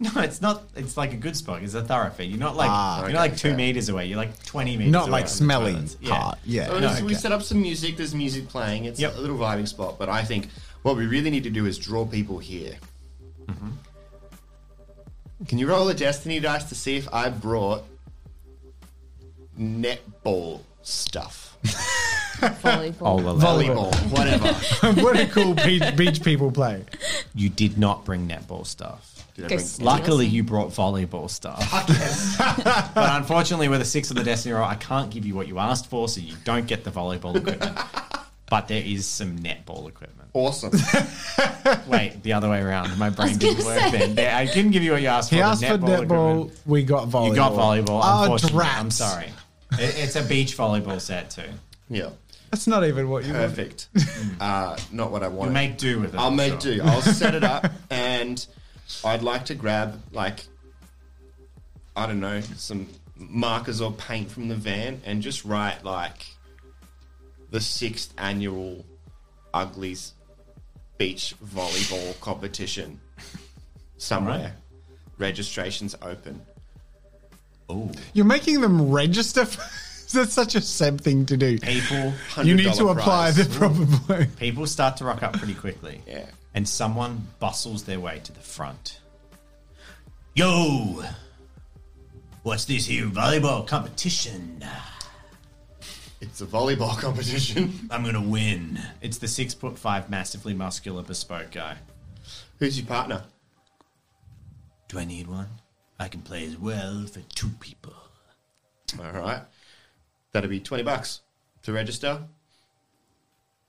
[SPEAKER 3] No, it's not. It's like a good spot. It's a thoroughfare. You're not like
[SPEAKER 2] Ah,
[SPEAKER 3] you're not like two meters away. You're like twenty meters.
[SPEAKER 2] Not
[SPEAKER 3] away
[SPEAKER 2] like
[SPEAKER 3] from the
[SPEAKER 2] smelly
[SPEAKER 3] toilets.
[SPEAKER 2] part. Yeah.
[SPEAKER 4] Oh, So
[SPEAKER 3] No,
[SPEAKER 4] we
[SPEAKER 3] okay.
[SPEAKER 4] set up some music. There's music playing. It's
[SPEAKER 3] Yep.
[SPEAKER 4] a little vibing spot. But I think what we really need to do is draw people here.
[SPEAKER 2] Mm-hmm.
[SPEAKER 4] Can you roll a destiny dice to see if I brought netball stuff,
[SPEAKER 1] Volleyball.
[SPEAKER 4] volleyball, whatever?
[SPEAKER 2] what a cool beach, beach people play.
[SPEAKER 3] You did not bring netball stuff.
[SPEAKER 4] Did I
[SPEAKER 1] Go
[SPEAKER 4] bring-
[SPEAKER 1] steal
[SPEAKER 3] Luckily,
[SPEAKER 1] some.
[SPEAKER 3] you brought volleyball stuff. but unfortunately, with a six of the destiny roll, I can't give you what you asked for, so you don't get the volleyball equipment. but there is some netball equipment.
[SPEAKER 4] awesome.
[SPEAKER 3] Wait, the other way around. My brain
[SPEAKER 1] was
[SPEAKER 3] didn't
[SPEAKER 1] gonna
[SPEAKER 3] work
[SPEAKER 1] say.
[SPEAKER 3] then. There- I couldn't give you what you asked for.
[SPEAKER 2] He
[SPEAKER 3] the
[SPEAKER 2] asked for netball.
[SPEAKER 3] equipment.
[SPEAKER 2] We got volleyball. Ah,
[SPEAKER 3] You got volleyball. Unfortunately,
[SPEAKER 2] drats.
[SPEAKER 3] I'm sorry. It- it's a beach volleyball set too.
[SPEAKER 4] yeah,
[SPEAKER 2] That's not even what you.
[SPEAKER 4] perfect. Uh, not what I wanted.
[SPEAKER 3] You make do with it.
[SPEAKER 4] I'll
[SPEAKER 3] I'm
[SPEAKER 4] make
[SPEAKER 3] sure.
[SPEAKER 4] do. I'll set it up, and I'd like to grab like I don't know some markers or paint from the van and just write like the sixth annual Uglies Beach Volleyball Competition somewhere.
[SPEAKER 3] Right.
[SPEAKER 4] Registrations open.
[SPEAKER 2] You're making them register. For, that's such a sad thing to do.
[SPEAKER 3] People,
[SPEAKER 2] You need to
[SPEAKER 4] $100
[SPEAKER 2] apply
[SPEAKER 4] prize.
[SPEAKER 2] the probably.
[SPEAKER 3] people start to rock up pretty quickly.
[SPEAKER 4] Yeah.
[SPEAKER 3] And someone bustles their way to the front. Yo, what's this here volleyball competition?
[SPEAKER 4] It's a volleyball competition.
[SPEAKER 3] I'm gonna win. It's the six foot five, massively muscular, bespoke guy.
[SPEAKER 4] Who's your partner?
[SPEAKER 5] Do I need one? I can play as well for two people.
[SPEAKER 4] All right. That'll be 20 bucks to register.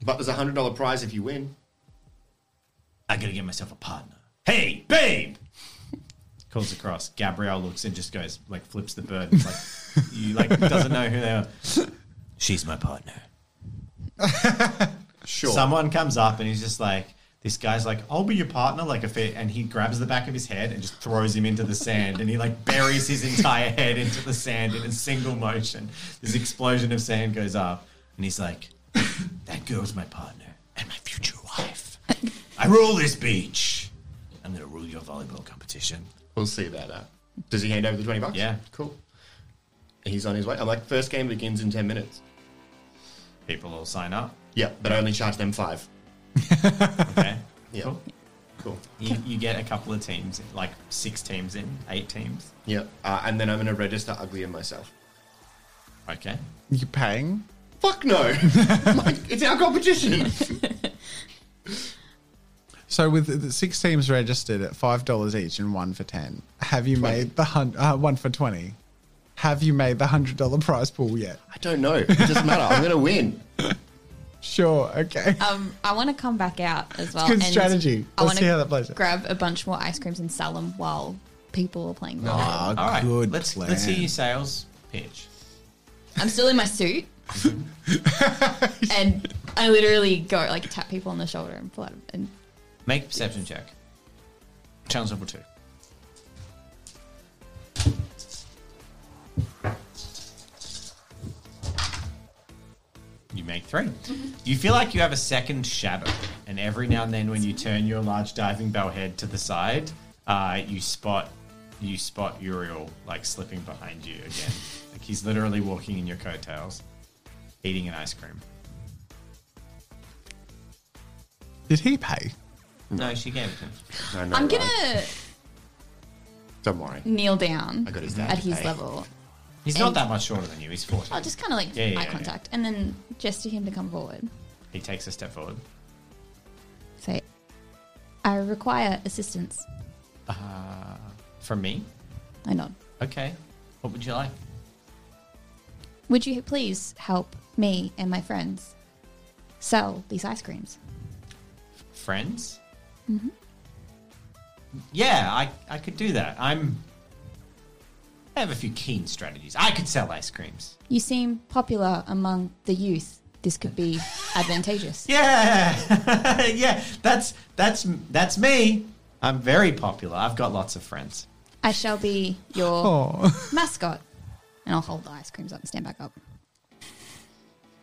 [SPEAKER 4] But there's a $100 prize if you win.
[SPEAKER 5] I gotta get myself a partner.
[SPEAKER 3] Hey, babe! Calls across. Gabrielle looks and just goes like flips the bird. and, Like you like doesn't know who they are.
[SPEAKER 5] She's my partner.
[SPEAKER 4] Sure.
[SPEAKER 3] Someone comes up and he's just like, this guy's like, I'll be your partner, like a fit. And he grabs the back of his head and just throws him into the sand. And he like buries his entire head into the sand in a single motion. This explosion of sand goes up. And he's like, that girl's my partner and my future wife. I rule this beach. I'm going to rule your volleyball competition.
[SPEAKER 4] we'll see about that. Does he hand over the 20 bucks?
[SPEAKER 3] Yeah.
[SPEAKER 4] Cool. He's on his way. I'm like, first game begins in 10 minutes.
[SPEAKER 3] People all sign up.
[SPEAKER 4] Yeah, but I only charge them five.
[SPEAKER 3] Okay.
[SPEAKER 4] Yeah.
[SPEAKER 3] Cool.
[SPEAKER 4] Cool.
[SPEAKER 3] You, you get a couple of teams, like six teams in, eight teams.
[SPEAKER 4] Yep. Uh, and then I'm going to register uglier myself.
[SPEAKER 3] Okay.
[SPEAKER 2] You paying?
[SPEAKER 4] Fuck no. like, it's our competition.
[SPEAKER 2] So with the- the six teams registered at five dollars each and one for ten, have you made the hun- uh, one for twenty? Have you made the hundred dollar prize pool yet?
[SPEAKER 4] I don't know. It doesn't matter. I'm going to win.
[SPEAKER 2] Sure, okay.
[SPEAKER 1] Um, I want to come back out as well.
[SPEAKER 2] good
[SPEAKER 1] and
[SPEAKER 2] strategy.
[SPEAKER 1] I
[SPEAKER 2] Let's
[SPEAKER 1] wanna
[SPEAKER 2] see how that plays out.
[SPEAKER 1] Grab a bunch more ice creams and sell them while people are playing. Go.
[SPEAKER 2] Ah,
[SPEAKER 3] All right.
[SPEAKER 2] good
[SPEAKER 3] let's
[SPEAKER 2] plan.
[SPEAKER 3] let's hear your sales pitch.
[SPEAKER 1] I'm still in my suit, and I literally go like tap people on the shoulder and pull out. And
[SPEAKER 3] Make a perception check. Challenge level two. You make three. You feel like you have a second shadow, and every now and then, when you turn your large diving bell head to the side, uh, you spot you spot Uriel like slipping behind you again. like he's literally walking in your coattails, eating an ice cream.
[SPEAKER 2] Did he pay?
[SPEAKER 3] No, she gave it to him.
[SPEAKER 4] No, no,
[SPEAKER 1] I'm
[SPEAKER 4] right.
[SPEAKER 1] gonna
[SPEAKER 4] Don't worry.
[SPEAKER 1] kneel down
[SPEAKER 4] I got his dad
[SPEAKER 1] at
[SPEAKER 4] to
[SPEAKER 1] his
[SPEAKER 4] pay.
[SPEAKER 1] level.
[SPEAKER 3] He's not that much shorter than you. He's forty.
[SPEAKER 1] I'll just kind of like
[SPEAKER 3] Yeah, yeah,
[SPEAKER 1] eye
[SPEAKER 3] yeah.
[SPEAKER 1] contact, and then gesture him to come forward.
[SPEAKER 3] He takes a step forward.
[SPEAKER 1] Say, I require assistance.
[SPEAKER 3] From me?
[SPEAKER 1] I nod.
[SPEAKER 3] Okay. What would you like?
[SPEAKER 1] Would you please help me and my friends sell these ice creams?
[SPEAKER 3] Friends? Mm-hmm. Yeah, I, I could do that. I'm. I have a few keen strategies. I could sell ice creams.
[SPEAKER 1] You seem popular among the youth. This could be advantageous.
[SPEAKER 3] Yeah, yeah. That's that's that's me. I'm very popular. I've got lots of friends.
[SPEAKER 1] I shall be your
[SPEAKER 2] Oh,
[SPEAKER 1] mascot. And I'll hold the ice creams up and stand back up.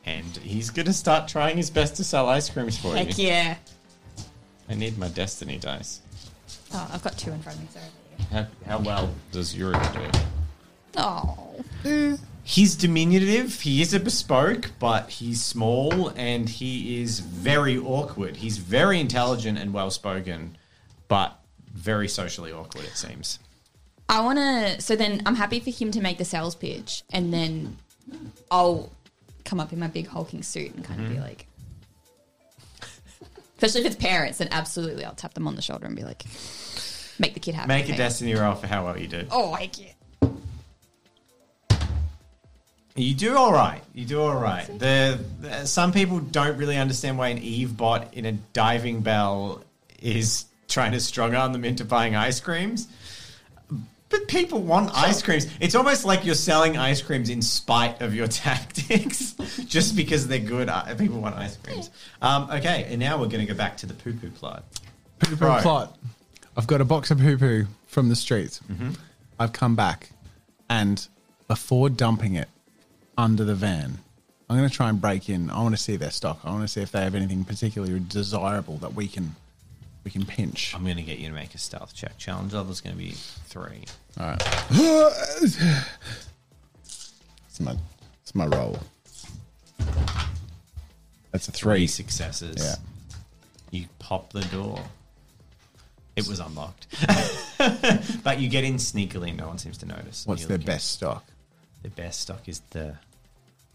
[SPEAKER 3] And he's gonna start trying his best to sell ice creams for you.
[SPEAKER 1] Heck yeah.
[SPEAKER 3] I need my destiny dice.
[SPEAKER 1] Oh, I've got two in front of me, sorry.
[SPEAKER 3] How, how well does Yuri do?
[SPEAKER 1] Oh.
[SPEAKER 3] He's diminutive. He is a bespoke, but he's small and he is very awkward. He's very intelligent and well spoken, but very socially awkward, it seems.
[SPEAKER 1] I want to. So then I'm happy for him to make the sales pitch. And then I'll come up in my big hulking suit and kind of
[SPEAKER 3] Mm-hmm.
[SPEAKER 1] be like. Especially if it's parents, then absolutely I'll tap them on the shoulder and be like, make the kid happy.
[SPEAKER 3] Make a
[SPEAKER 1] okay?
[SPEAKER 3] destiny roll for how well you do.
[SPEAKER 1] Oh, heck yeah.
[SPEAKER 3] You do all right. You do all right. The, the some people don't really understand why an Eve bot in a diving bell is trying to strong arm them into buying ice creams. But people want ice creams. It's almost like you're selling ice creams in spite of your tactics, just because they're good. I- People want ice creams. Um, okay, and now we're going to go back to the poo poo plot.
[SPEAKER 2] poo poo
[SPEAKER 3] Right.
[SPEAKER 2] plot. I've got a box of poo poo from the street.
[SPEAKER 3] Mm-hmm.
[SPEAKER 2] I've come back, and before dumping it under the van, I'm going to try and break in. I want to see their stock. I want to see if they have anything particularly desirable that we can we can pinch.
[SPEAKER 3] I'm going to get you to make a stealth check. Challenge level is going to be three.
[SPEAKER 2] All right. it's my it's my roll. That's a
[SPEAKER 3] Three
[SPEAKER 2] three.
[SPEAKER 3] successes.
[SPEAKER 2] Yeah.
[SPEAKER 3] You pop the door. It was unlocked. but you get in sneakily and no one seems to notice. And
[SPEAKER 2] What's
[SPEAKER 3] you
[SPEAKER 2] their
[SPEAKER 3] look in.
[SPEAKER 2] best stock?
[SPEAKER 3] Their best stock is the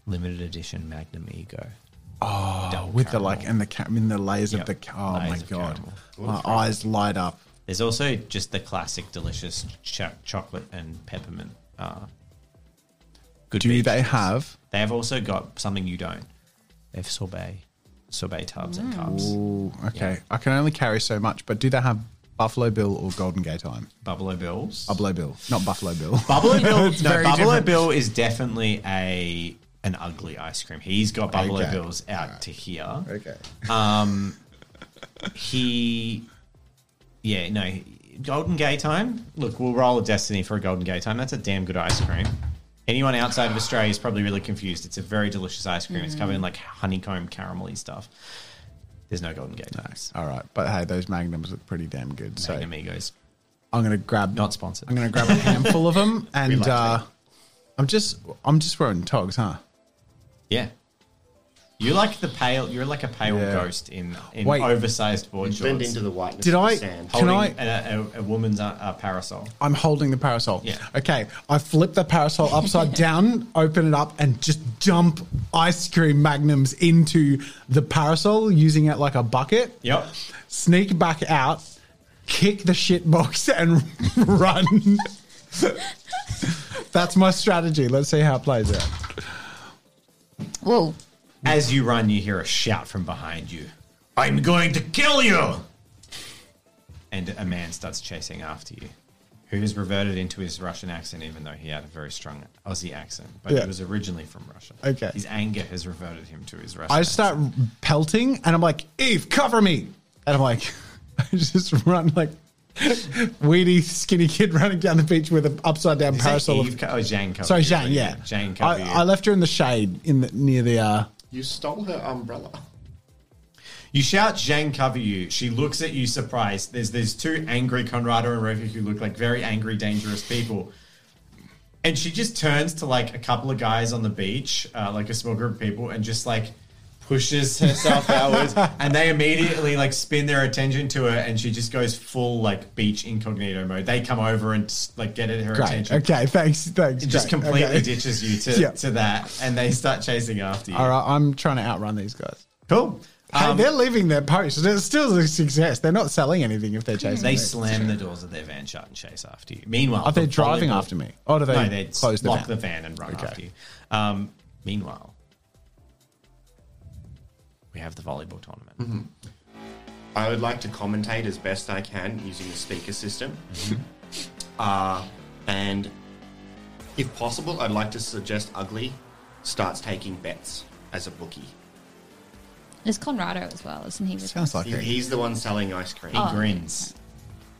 [SPEAKER 3] limited edition Magnum Ego.
[SPEAKER 2] Oh, with the like and the ca- in the layers
[SPEAKER 3] Yep.
[SPEAKER 2] of the ca- oh
[SPEAKER 3] Layers
[SPEAKER 2] my
[SPEAKER 3] of
[SPEAKER 2] god,
[SPEAKER 3] caramel.
[SPEAKER 2] my eyes light up.
[SPEAKER 3] There's also just the classic delicious cho- chocolate and peppermint. Uh, good
[SPEAKER 2] Do
[SPEAKER 3] beach
[SPEAKER 2] they
[SPEAKER 3] chips.
[SPEAKER 2] have?
[SPEAKER 3] They have also got something you don't. They have sorbet, sorbet tubs and cups.
[SPEAKER 2] Mm. Ooh, okay, I can only carry so much. But do they have Buffalo Bill or Golden Gate Time?
[SPEAKER 3] Buffalo Bills.
[SPEAKER 2] Buffalo Bill, not Buffalo Bill.
[SPEAKER 3] Buffalo Bill,
[SPEAKER 2] It's
[SPEAKER 3] no,
[SPEAKER 2] very
[SPEAKER 3] Buffalo
[SPEAKER 2] different.
[SPEAKER 3] Bill is definitely a an ugly ice cream. He's got Buffalo
[SPEAKER 2] Okay.
[SPEAKER 3] Bills out to here.
[SPEAKER 2] okay,
[SPEAKER 3] He, yeah, no, Golden Gay time. Look, we'll roll a destiny for a Golden Gay time. That's a damn good ice cream. Anyone outside of Australia is probably really confused. It's a very delicious ice cream. It's covered in like honeycomb caramelly stuff. There's no Golden Gay times.
[SPEAKER 2] all right. But hey, those magnums look pretty damn good. So
[SPEAKER 3] Magnum Egos,
[SPEAKER 2] I'm gonna grab
[SPEAKER 3] not sponsored.
[SPEAKER 2] I'm gonna grab a handful of them, and
[SPEAKER 4] like
[SPEAKER 2] uh, I'm just I'm just wearing togs, huh?
[SPEAKER 3] Yeah. You're like the pale. You're like a pale
[SPEAKER 2] Yeah.
[SPEAKER 3] ghost in in
[SPEAKER 2] Wait.
[SPEAKER 3] oversized board shorts.
[SPEAKER 4] Blend into the whiteness
[SPEAKER 2] Did
[SPEAKER 4] of
[SPEAKER 2] I-
[SPEAKER 4] the sand.
[SPEAKER 2] Can
[SPEAKER 3] holding
[SPEAKER 2] I-
[SPEAKER 3] a, a, a woman's uh, uh, parasol.
[SPEAKER 2] I'm holding the parasol.
[SPEAKER 3] Yeah.
[SPEAKER 2] Okay. I flip the parasol upside down, open it up, and just dump ice cream magnums into the parasol using it like a bucket.
[SPEAKER 3] Yep.
[SPEAKER 2] Sneak back out, kick the shit box, and run. That's my strategy. Let's see how it plays out.
[SPEAKER 1] Whoa.
[SPEAKER 3] As you run, you hear a shout from behind you,
[SPEAKER 5] I'm going to kill you!
[SPEAKER 3] and a man starts chasing after you, who has reverted into his Russian accent, even though he had a very strong Aussie accent, but
[SPEAKER 2] Yeah.
[SPEAKER 3] he was originally from Russia.
[SPEAKER 2] Okay.
[SPEAKER 3] His anger has reverted him to his Russian.
[SPEAKER 2] I start
[SPEAKER 3] accent.
[SPEAKER 2] pelting, and I'm like, Eve, cover me. And I'm like, I just run like weedy, skinny kid running down the beach with an upside down
[SPEAKER 3] Is that
[SPEAKER 2] parasol. of-
[SPEAKER 3] Eve co- oh, Zhang covered
[SPEAKER 2] Sorry,
[SPEAKER 3] you,
[SPEAKER 2] Zhang. Yeah,
[SPEAKER 3] Zhang covered you.
[SPEAKER 2] I, I left her in the shade in the near the. Uh,
[SPEAKER 4] You stole her umbrella.
[SPEAKER 3] You shout Zhang cover you. She looks at you surprised. There's there's two angry Conrado and Rovi who look like very angry, dangerous people. And she just turns to like a couple of guys on the beach, uh, like a small group of people, and just like pushes herself outwards. And they immediately like spin their attention to her, and she just goes full like beach incognito mode. They come over and like get at her
[SPEAKER 2] great.
[SPEAKER 3] attention.
[SPEAKER 2] Okay. Thanks. Thanks.
[SPEAKER 3] It just
[SPEAKER 2] great,
[SPEAKER 3] completely
[SPEAKER 2] okay.
[SPEAKER 3] ditches you to,
[SPEAKER 2] Yeah.
[SPEAKER 3] to that, and they start chasing after you.
[SPEAKER 2] All right. I'm trying to outrun these guys.
[SPEAKER 3] Cool.
[SPEAKER 2] Hey,
[SPEAKER 3] Um,
[SPEAKER 2] they're leaving their post. It's still a success. They're not selling anything if they're chasing.
[SPEAKER 3] They
[SPEAKER 2] me.
[SPEAKER 3] slam the doors of their van shut and chase after you. Meanwhile,
[SPEAKER 2] Are
[SPEAKER 3] the
[SPEAKER 2] they driving
[SPEAKER 3] volleyball-
[SPEAKER 2] after me? Or do they,
[SPEAKER 3] No, they
[SPEAKER 2] close the
[SPEAKER 3] lock
[SPEAKER 2] van?
[SPEAKER 3] the van and run
[SPEAKER 2] Okay.
[SPEAKER 3] after you. Um, meanwhile, we have the volleyball tournament.
[SPEAKER 4] I would like to commentate as best I can using the speaker system. uh, and if possible, I'd like to suggest Ugly starts taking bets as a bookie.
[SPEAKER 1] There's Conrado as well, isn't he? with
[SPEAKER 2] Sounds
[SPEAKER 1] us?
[SPEAKER 2] like
[SPEAKER 4] He-
[SPEAKER 2] it.
[SPEAKER 4] He's the one selling ice cream.
[SPEAKER 3] He
[SPEAKER 1] Oh.
[SPEAKER 3] grins.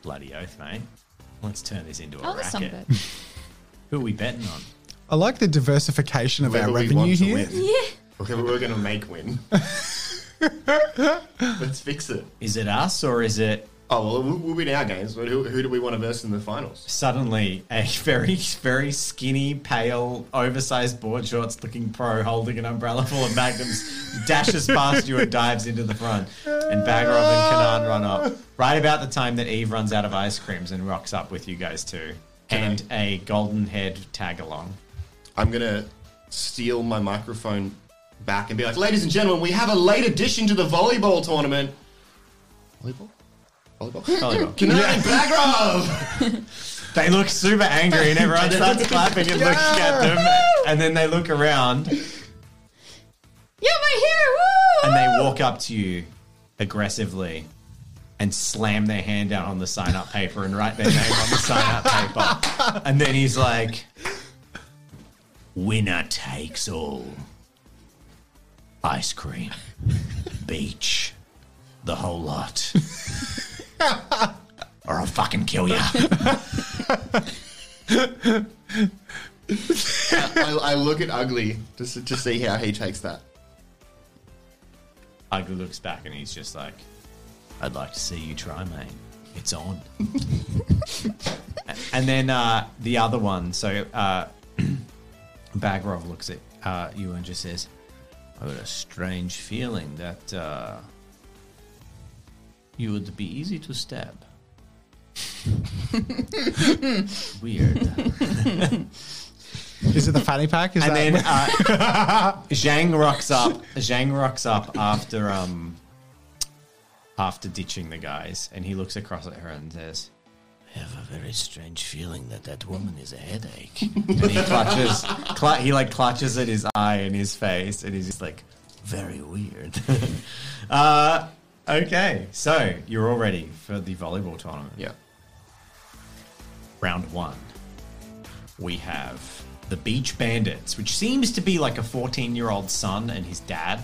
[SPEAKER 3] Bloody oath, mate. Let's turn this into a
[SPEAKER 1] Oh, there's
[SPEAKER 3] racket.
[SPEAKER 1] Songbird.
[SPEAKER 3] Who are we betting on?
[SPEAKER 2] I like the diversification of
[SPEAKER 4] Whoever
[SPEAKER 2] our
[SPEAKER 4] we
[SPEAKER 2] revenue
[SPEAKER 4] want to
[SPEAKER 2] here.
[SPEAKER 4] win. Whoever we're going to make win. Let's fix it.
[SPEAKER 3] Is it us or is it
[SPEAKER 4] Oh, well, we'll, we'll win our games, but who, who do we want to verse in the finals?
[SPEAKER 3] suddenly a very, very skinny, pale, oversized board shorts looking pro holding an umbrella full of magnums dashes past you and dives into the front. And Bagarov and Kanan run up. Right about the time that Eve runs out of ice creams and rocks up with you guys too. And a golden head tag along.
[SPEAKER 4] I'm going to steal my microphone back and be like, ladies and gentlemen, we have a late addition to the volleyball tournament. Volleyball? Volleyball?
[SPEAKER 3] Volleyball.
[SPEAKER 4] Can I Bagrov!
[SPEAKER 3] They look super angry and everyone starts clapping and looks at them. And then they look around
[SPEAKER 1] You're my hero! Woo!
[SPEAKER 3] and they walk up to you aggressively and slam their hand down on the sign up paper and write their name on the sign up paper. And then he's like,
[SPEAKER 5] Winner takes all. Ice cream, beach, the whole lot. or I'll fucking kill ya.
[SPEAKER 4] I, I look at Ugly just to, to see how he takes that.
[SPEAKER 3] Ugly looks back and he's just like, I'd like to see you try, mate. It's on. and then uh, the other one, so uh, Bagrov looks at uh, you and just says, I've got a strange feeling that uh, you would be easy to stab. Weird.
[SPEAKER 2] Is it the fanny pack? Is
[SPEAKER 3] and
[SPEAKER 2] that
[SPEAKER 3] then uh, Zhang rocks up. Zhang rocks up after um after ditching the guys, and he looks across at her and says,
[SPEAKER 5] I have a very strange feeling that that woman is a headache.
[SPEAKER 3] and he clutches, cl- he like clutches at his eye and his face, and he's just like,
[SPEAKER 5] very weird.
[SPEAKER 3] uh, okay, so you're all ready for the volleyball tournament.
[SPEAKER 4] Yeah.
[SPEAKER 3] round one, we have the Beach Bandits, which seems to be like a 14 year old son and his dad,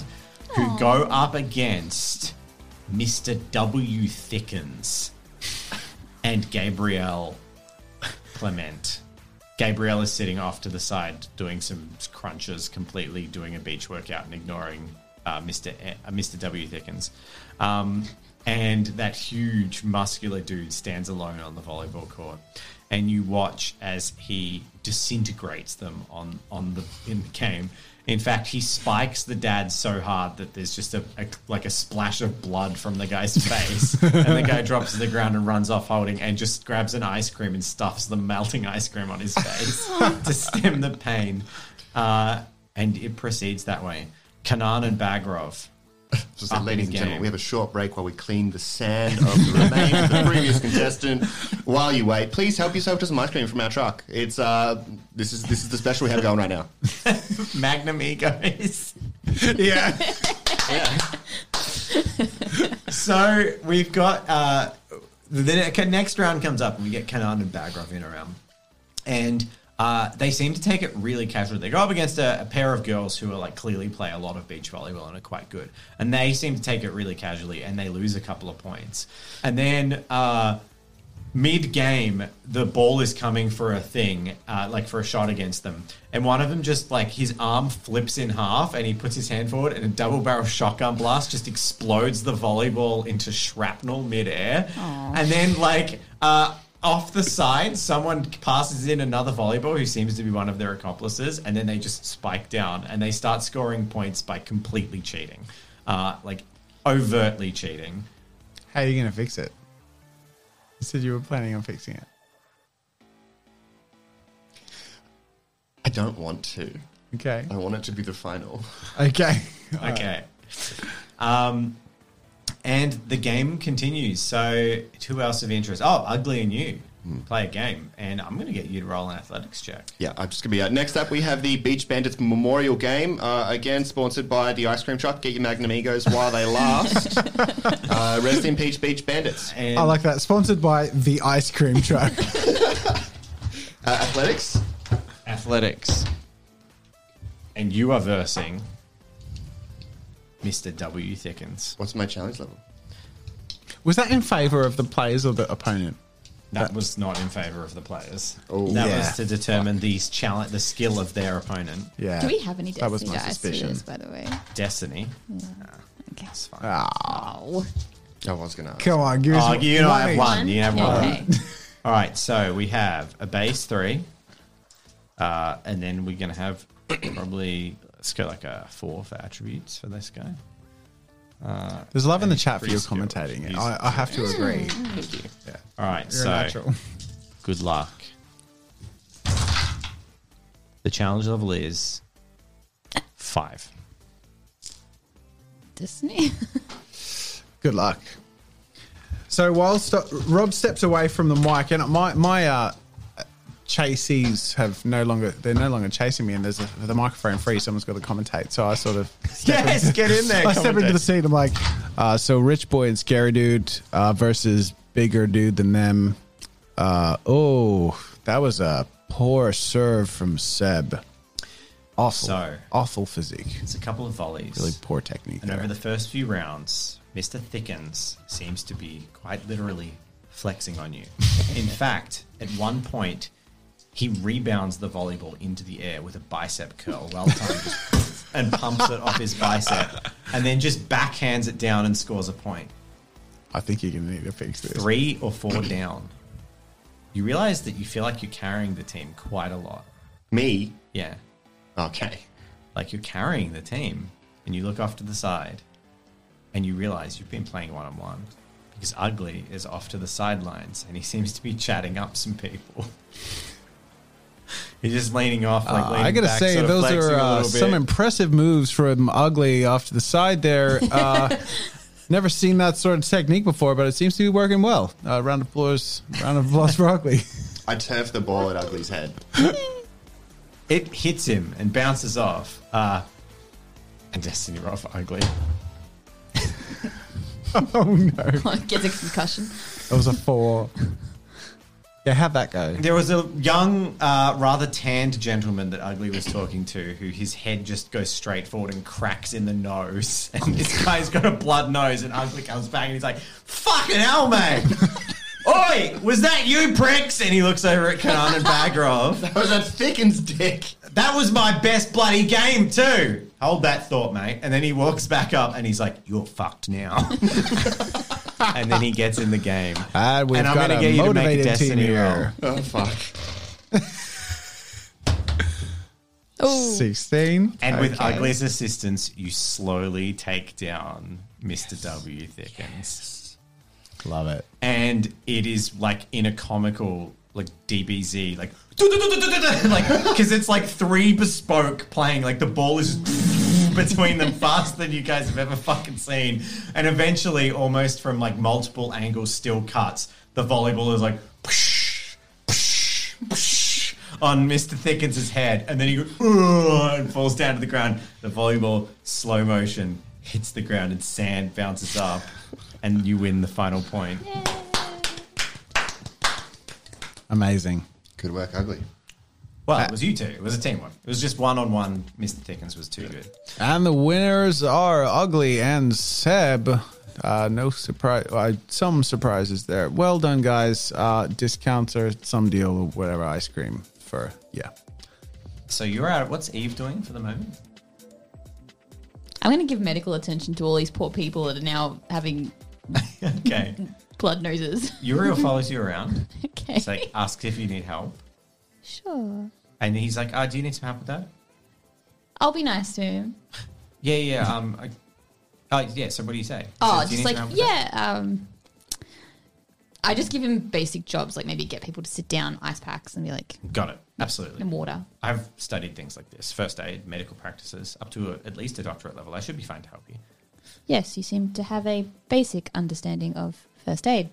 [SPEAKER 3] who go up against Mr. W. Thickens and Gabrielle Clement. Gabrielle is sitting off to the side doing some crunches, completely doing a beach workout and ignoring uh, Mr. E- uh, Mr. W. Thickens. Um, and that huge muscular dude stands alone on the volleyball court and you watch as he disintegrates them on on the in the game in fact he spikes the dad so hard that there's just a, a like a splash of blood from the guy's face and the guy drops to the ground and runs off holding and just grabs an ice cream and stuffs the melting ice cream on his face to stem the pain uh, and it proceeds that way kanan and bagrov
[SPEAKER 4] Just like,
[SPEAKER 3] Up
[SPEAKER 4] ladies
[SPEAKER 3] his
[SPEAKER 4] and gentlemen,
[SPEAKER 3] game.
[SPEAKER 4] we have a short break while we clean the sand of the remains of the previous contestant. While you wait, please help yourself to some ice cream from our truck. It's uh, this is this is the special we have going right now.
[SPEAKER 3] magnum E, ego is
[SPEAKER 2] yeah.
[SPEAKER 3] So we've got uh, the ne- next round comes up, and we get Kanan and Bagrov in a round, and uh, they seem to take it really casually. They go up against a, a pair of girls who are like clearly play a lot of beach volleyball and are quite good, and they seem to take it really casually, and they lose a couple of points, and then. Uh, mid game, the ball is coming for a thing, uh, like for a shot against them. And one of them just like his arm flips in half and he puts his hand forward and a double barrel shotgun blast just explodes the volleyball into shrapnel midair. And then like, uh, off the side, someone passes in another volleyball who seems to be one of their accomplices, and then they just spike down and they start scoring points by completely cheating, uh, like overtly cheating.
[SPEAKER 2] How are you going to fix it? You said you were planning on fixing it.
[SPEAKER 4] I don't want to.
[SPEAKER 2] Okay.
[SPEAKER 4] I want it to be the final.
[SPEAKER 3] Oh.
[SPEAKER 2] Okay.
[SPEAKER 3] Okay. Um, and the game continues. So, who else of interest? Oh, Ugly and you
[SPEAKER 2] Hmm.
[SPEAKER 3] play a game, and I'm going to get you to roll an athletics check.
[SPEAKER 4] Yeah, I'm just gonna be out. Next up, we have the Beach Bandits Memorial Game. Uh, again, sponsored by the ice cream truck. Get your Magnum Egos while they last. uh, rest in peace, Beach Bandits.
[SPEAKER 3] And
[SPEAKER 2] I like that. Sponsored by the ice cream truck.
[SPEAKER 4] Uh, athletics.
[SPEAKER 3] athletics. And you are versing Mr. W. Thickens.
[SPEAKER 4] What's my challenge level?
[SPEAKER 2] Was that in favor of the players or the opponent?
[SPEAKER 3] That was not in favor of the players.
[SPEAKER 4] Oh.
[SPEAKER 3] that
[SPEAKER 2] Yeah.
[SPEAKER 3] was to determine the challenge, the skill of their opponent.
[SPEAKER 2] Yeah.
[SPEAKER 1] Do we have any
[SPEAKER 2] That was
[SPEAKER 1] destiny
[SPEAKER 2] my
[SPEAKER 1] dice for
[SPEAKER 2] suspicion.
[SPEAKER 1] this, by the way?
[SPEAKER 3] Destiny.
[SPEAKER 1] Okay.
[SPEAKER 3] It's fine.
[SPEAKER 2] Ah,
[SPEAKER 1] Oh.
[SPEAKER 4] I was gonna. ask.
[SPEAKER 2] Come on, give us
[SPEAKER 3] Oh, you can have
[SPEAKER 2] money.
[SPEAKER 3] one. You can have one.
[SPEAKER 1] Okay.
[SPEAKER 3] All right, so we have a base three, uh, and then we're going to have probably let's go like a four for attributes for this guy.
[SPEAKER 2] There's love in the chat for
[SPEAKER 3] Free
[SPEAKER 2] your
[SPEAKER 3] skills.
[SPEAKER 2] commentating.
[SPEAKER 3] Use-
[SPEAKER 2] I, I have to agree.
[SPEAKER 1] Mm.
[SPEAKER 3] All right,
[SPEAKER 2] You're a
[SPEAKER 3] so
[SPEAKER 2] natural.
[SPEAKER 3] good luck. The challenge level is five.
[SPEAKER 1] Destiny?
[SPEAKER 2] Good luck. So while sto- Rob steps away from the mic, and my my uh, chasees have no longer they're no longer chasing me, and there's a, the microphone free. Someone's got to commentate, so I sort of step
[SPEAKER 3] Yes, get in there.
[SPEAKER 2] I step into the scene. I'm like, uh, so rich boy and scary dude uh, versus bigger dude than them. Uh, oh, that was a poor serve from Seb. Awful,
[SPEAKER 3] So-
[SPEAKER 2] awful physique.
[SPEAKER 3] It's a couple of volleys.
[SPEAKER 2] Really poor technique.
[SPEAKER 3] And
[SPEAKER 2] there.
[SPEAKER 3] over the first few rounds, Mr. Thickens seems to be quite literally flexing on you. In fact, at one point, he rebounds the volleyball into the air with a bicep curl, well timed, just and pumps it off his bicep, and then just backhands it down and scores a point.
[SPEAKER 2] I think you're gonna need to fix this.
[SPEAKER 3] Three or four down. You realize that you feel like you're carrying the team quite a lot.
[SPEAKER 4] Me.
[SPEAKER 3] Yeah.
[SPEAKER 4] Okay.
[SPEAKER 3] Like you're carrying the team, and you look off to the side, and you realize you've been playing one on one because Ugly is off to the sidelines and he seems to be chatting up some people. He's just leaning off, like
[SPEAKER 2] Uh,
[SPEAKER 3] leaning
[SPEAKER 2] I gotta
[SPEAKER 3] back,
[SPEAKER 2] say,
[SPEAKER 3] sort of
[SPEAKER 2] those
[SPEAKER 3] flexing
[SPEAKER 2] are
[SPEAKER 3] a
[SPEAKER 2] uh,
[SPEAKER 3] little bit.
[SPEAKER 2] some impressive moves from Ugly off to the side there. Uh, never seen that sort of technique before, but it seems to be working well. Uh, round of applause, round of applause for Ugly.
[SPEAKER 4] I turf the ball at Ugly's head.
[SPEAKER 3] it hits him and bounces off. Uh, and Destiny Roll for Ugly.
[SPEAKER 2] oh no,
[SPEAKER 1] Gets a concussion.
[SPEAKER 2] that was a four. Yeah, how'd that go?
[SPEAKER 3] There was a young, uh, rather tanned gentleman that Ugly was talking to, who his head just goes straight forward and cracks in the nose. And this guy's got a blood nose, and Ugly comes back and he's like, "Fucking hell, mate! Oi, was that you, pricks?" And he looks over at Kanan and Bagrov.
[SPEAKER 4] Oh, that thickens dick.
[SPEAKER 3] That was my best bloody game too. Hold that thought, mate. And then he walks back up and he's like, "You're fucked now." and then he gets in the game.
[SPEAKER 2] And we've
[SPEAKER 3] And I'm
[SPEAKER 2] got
[SPEAKER 3] gonna
[SPEAKER 2] a
[SPEAKER 3] get you to make a
[SPEAKER 2] motivated team
[SPEAKER 3] Destiny
[SPEAKER 2] here.
[SPEAKER 4] Oh, fuck.
[SPEAKER 1] Oh,
[SPEAKER 2] 16.
[SPEAKER 3] And with
[SPEAKER 1] Okay.
[SPEAKER 3] Ugly's assistance, you slowly take down Mr. W. Thickens.
[SPEAKER 2] Love it.
[SPEAKER 3] And it is like in a comical, like DBZ, like, like, because it's like three bespoke playing, like the ball is between them faster than you guys have ever fucking seen. And eventually, almost from like multiple angles, still cuts. The volleyball is like, on Mr. Thickens' head, and then he goes "Ugh," and falls down to the ground. The volleyball slow motion hits the ground, and sand bounces up, and you win the final point.
[SPEAKER 2] Amazing.
[SPEAKER 4] Good work, ugly.
[SPEAKER 3] Well, it was you two. It was a teamwork. It was just one on one. Mr. Thickens was too good.
[SPEAKER 2] And the winners are Ugly and Seb. Uh, no surprise. Uh, some surprises there. Well done, guys. Uh, discounts or some deal or whatever ice cream for yeah.
[SPEAKER 3] So you're out. What's Eve doing for the moment?
[SPEAKER 1] I'm going to give medical attention to all these poor people that are now having
[SPEAKER 3] Okay.
[SPEAKER 1] blood noses.
[SPEAKER 3] Uriel follows you around.
[SPEAKER 1] okay,
[SPEAKER 3] He's like, asks if you need help.
[SPEAKER 1] sure.
[SPEAKER 3] And he's like, oh, do you need some help with that?
[SPEAKER 1] I'll be nice to him.
[SPEAKER 3] Yeah, yeah. Um, I, oh, yeah. So what do you say?
[SPEAKER 1] Oh,
[SPEAKER 3] So do you need
[SPEAKER 1] just
[SPEAKER 3] some
[SPEAKER 1] like
[SPEAKER 3] help with that?
[SPEAKER 1] yeah. Um, I just give him basic jobs, like maybe get people to sit down, ice packs, and be like,
[SPEAKER 3] Got it. Absolutely.
[SPEAKER 1] and water.
[SPEAKER 3] I've studied things like this first aid, medical practices, up to a, at least a doctorate level. I should be fine to help you.
[SPEAKER 1] Yes, you seem to have a basic understanding of first aid.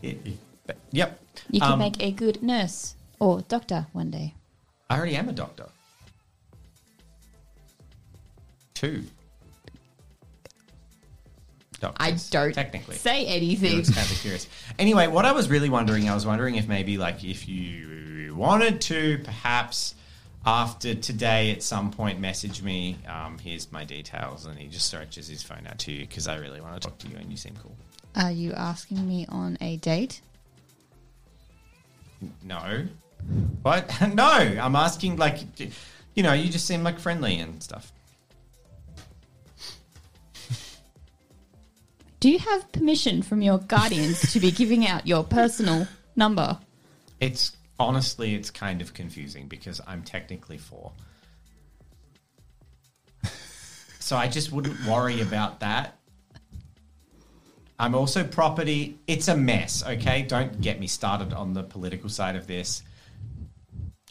[SPEAKER 3] But, yep.
[SPEAKER 1] You can
[SPEAKER 3] Um,
[SPEAKER 1] make a good nurse or doctor one day.
[SPEAKER 3] I already am a doctor. Two.
[SPEAKER 1] I
[SPEAKER 3] Doctors,
[SPEAKER 1] don't
[SPEAKER 3] technically.
[SPEAKER 1] say
[SPEAKER 3] It
[SPEAKER 1] anything.
[SPEAKER 3] looks kind of curious. Anyway, what I was really wondering, I was wondering if maybe like if you wanted to, perhaps after today at some point, message me. Um, here's my details, and he just stretches his phone out to you because I really want to talk to you, and you seem cool.
[SPEAKER 1] Are you asking me on a date?
[SPEAKER 3] No, what? no, I'm asking like, you know, you just seem like friendly and stuff.
[SPEAKER 1] Do you have permission from your guardians to be giving out your personal number?
[SPEAKER 3] It's honestly, it's kind of confusing because I'm technically four. so I just wouldn't worry about that. I'm also property. It's a mess, okay? Don't get me started on the political side of this.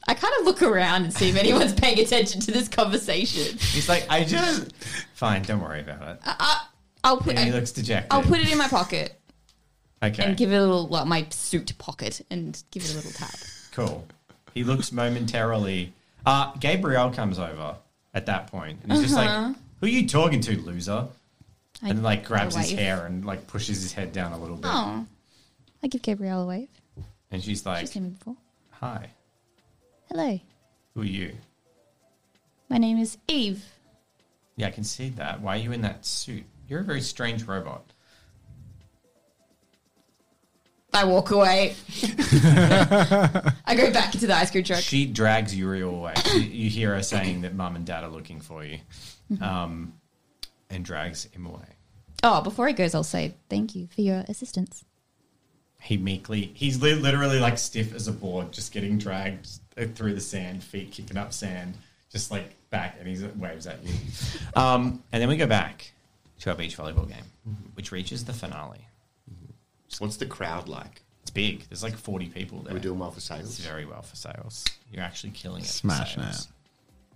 [SPEAKER 1] I kind of look around and see if anyone's paying attention to this conversation.
[SPEAKER 3] He's like, I just. Fine, don't worry about it.
[SPEAKER 1] I'll put
[SPEAKER 3] and he looks dejected.
[SPEAKER 1] I'll put it in my pocket
[SPEAKER 3] okay,
[SPEAKER 1] and give it a little like my suit pocket and give it a little tap.
[SPEAKER 3] cool. He looks momentarily. Uh, Gabriel comes over at that point, and he's just
[SPEAKER 1] Uh-huh.
[SPEAKER 3] like, "Who are you talking to, loser?"
[SPEAKER 1] I,
[SPEAKER 3] and like grabs
[SPEAKER 1] I
[SPEAKER 3] his
[SPEAKER 1] wave.
[SPEAKER 3] hair and like pushes his head down a little bit.
[SPEAKER 1] Oh, I give Gabrielle a wave.
[SPEAKER 3] And she's like,
[SPEAKER 1] She's seen me before.
[SPEAKER 3] "Hi,
[SPEAKER 1] Hello,
[SPEAKER 3] who are you?"
[SPEAKER 1] my name is Eve.
[SPEAKER 3] Yeah, I can see that. Why are you in that suit? You're a very strange robot.
[SPEAKER 1] I walk away. I go back into the ice cream truck.
[SPEAKER 3] She drags Uriel away. you, you hear her saying that mum and dad are looking for you, um, and drags him away.
[SPEAKER 1] Oh, before he goes, I'll say thank you for your assistance.
[SPEAKER 3] He meekly, he's li- literally like stiff as a board, just getting dragged uh, through the sand, feet kicking up sand, just like back, and he waves at you. Um, and then we go back to our beach volleyball game, which reaches the finale.
[SPEAKER 4] What's the crowd like?
[SPEAKER 3] It's big. There's like 40 people there.
[SPEAKER 4] We're doing well for
[SPEAKER 3] It's
[SPEAKER 4] sales.
[SPEAKER 3] very well for sales. You're actually killing it. for
[SPEAKER 2] Smashing
[SPEAKER 3] sales.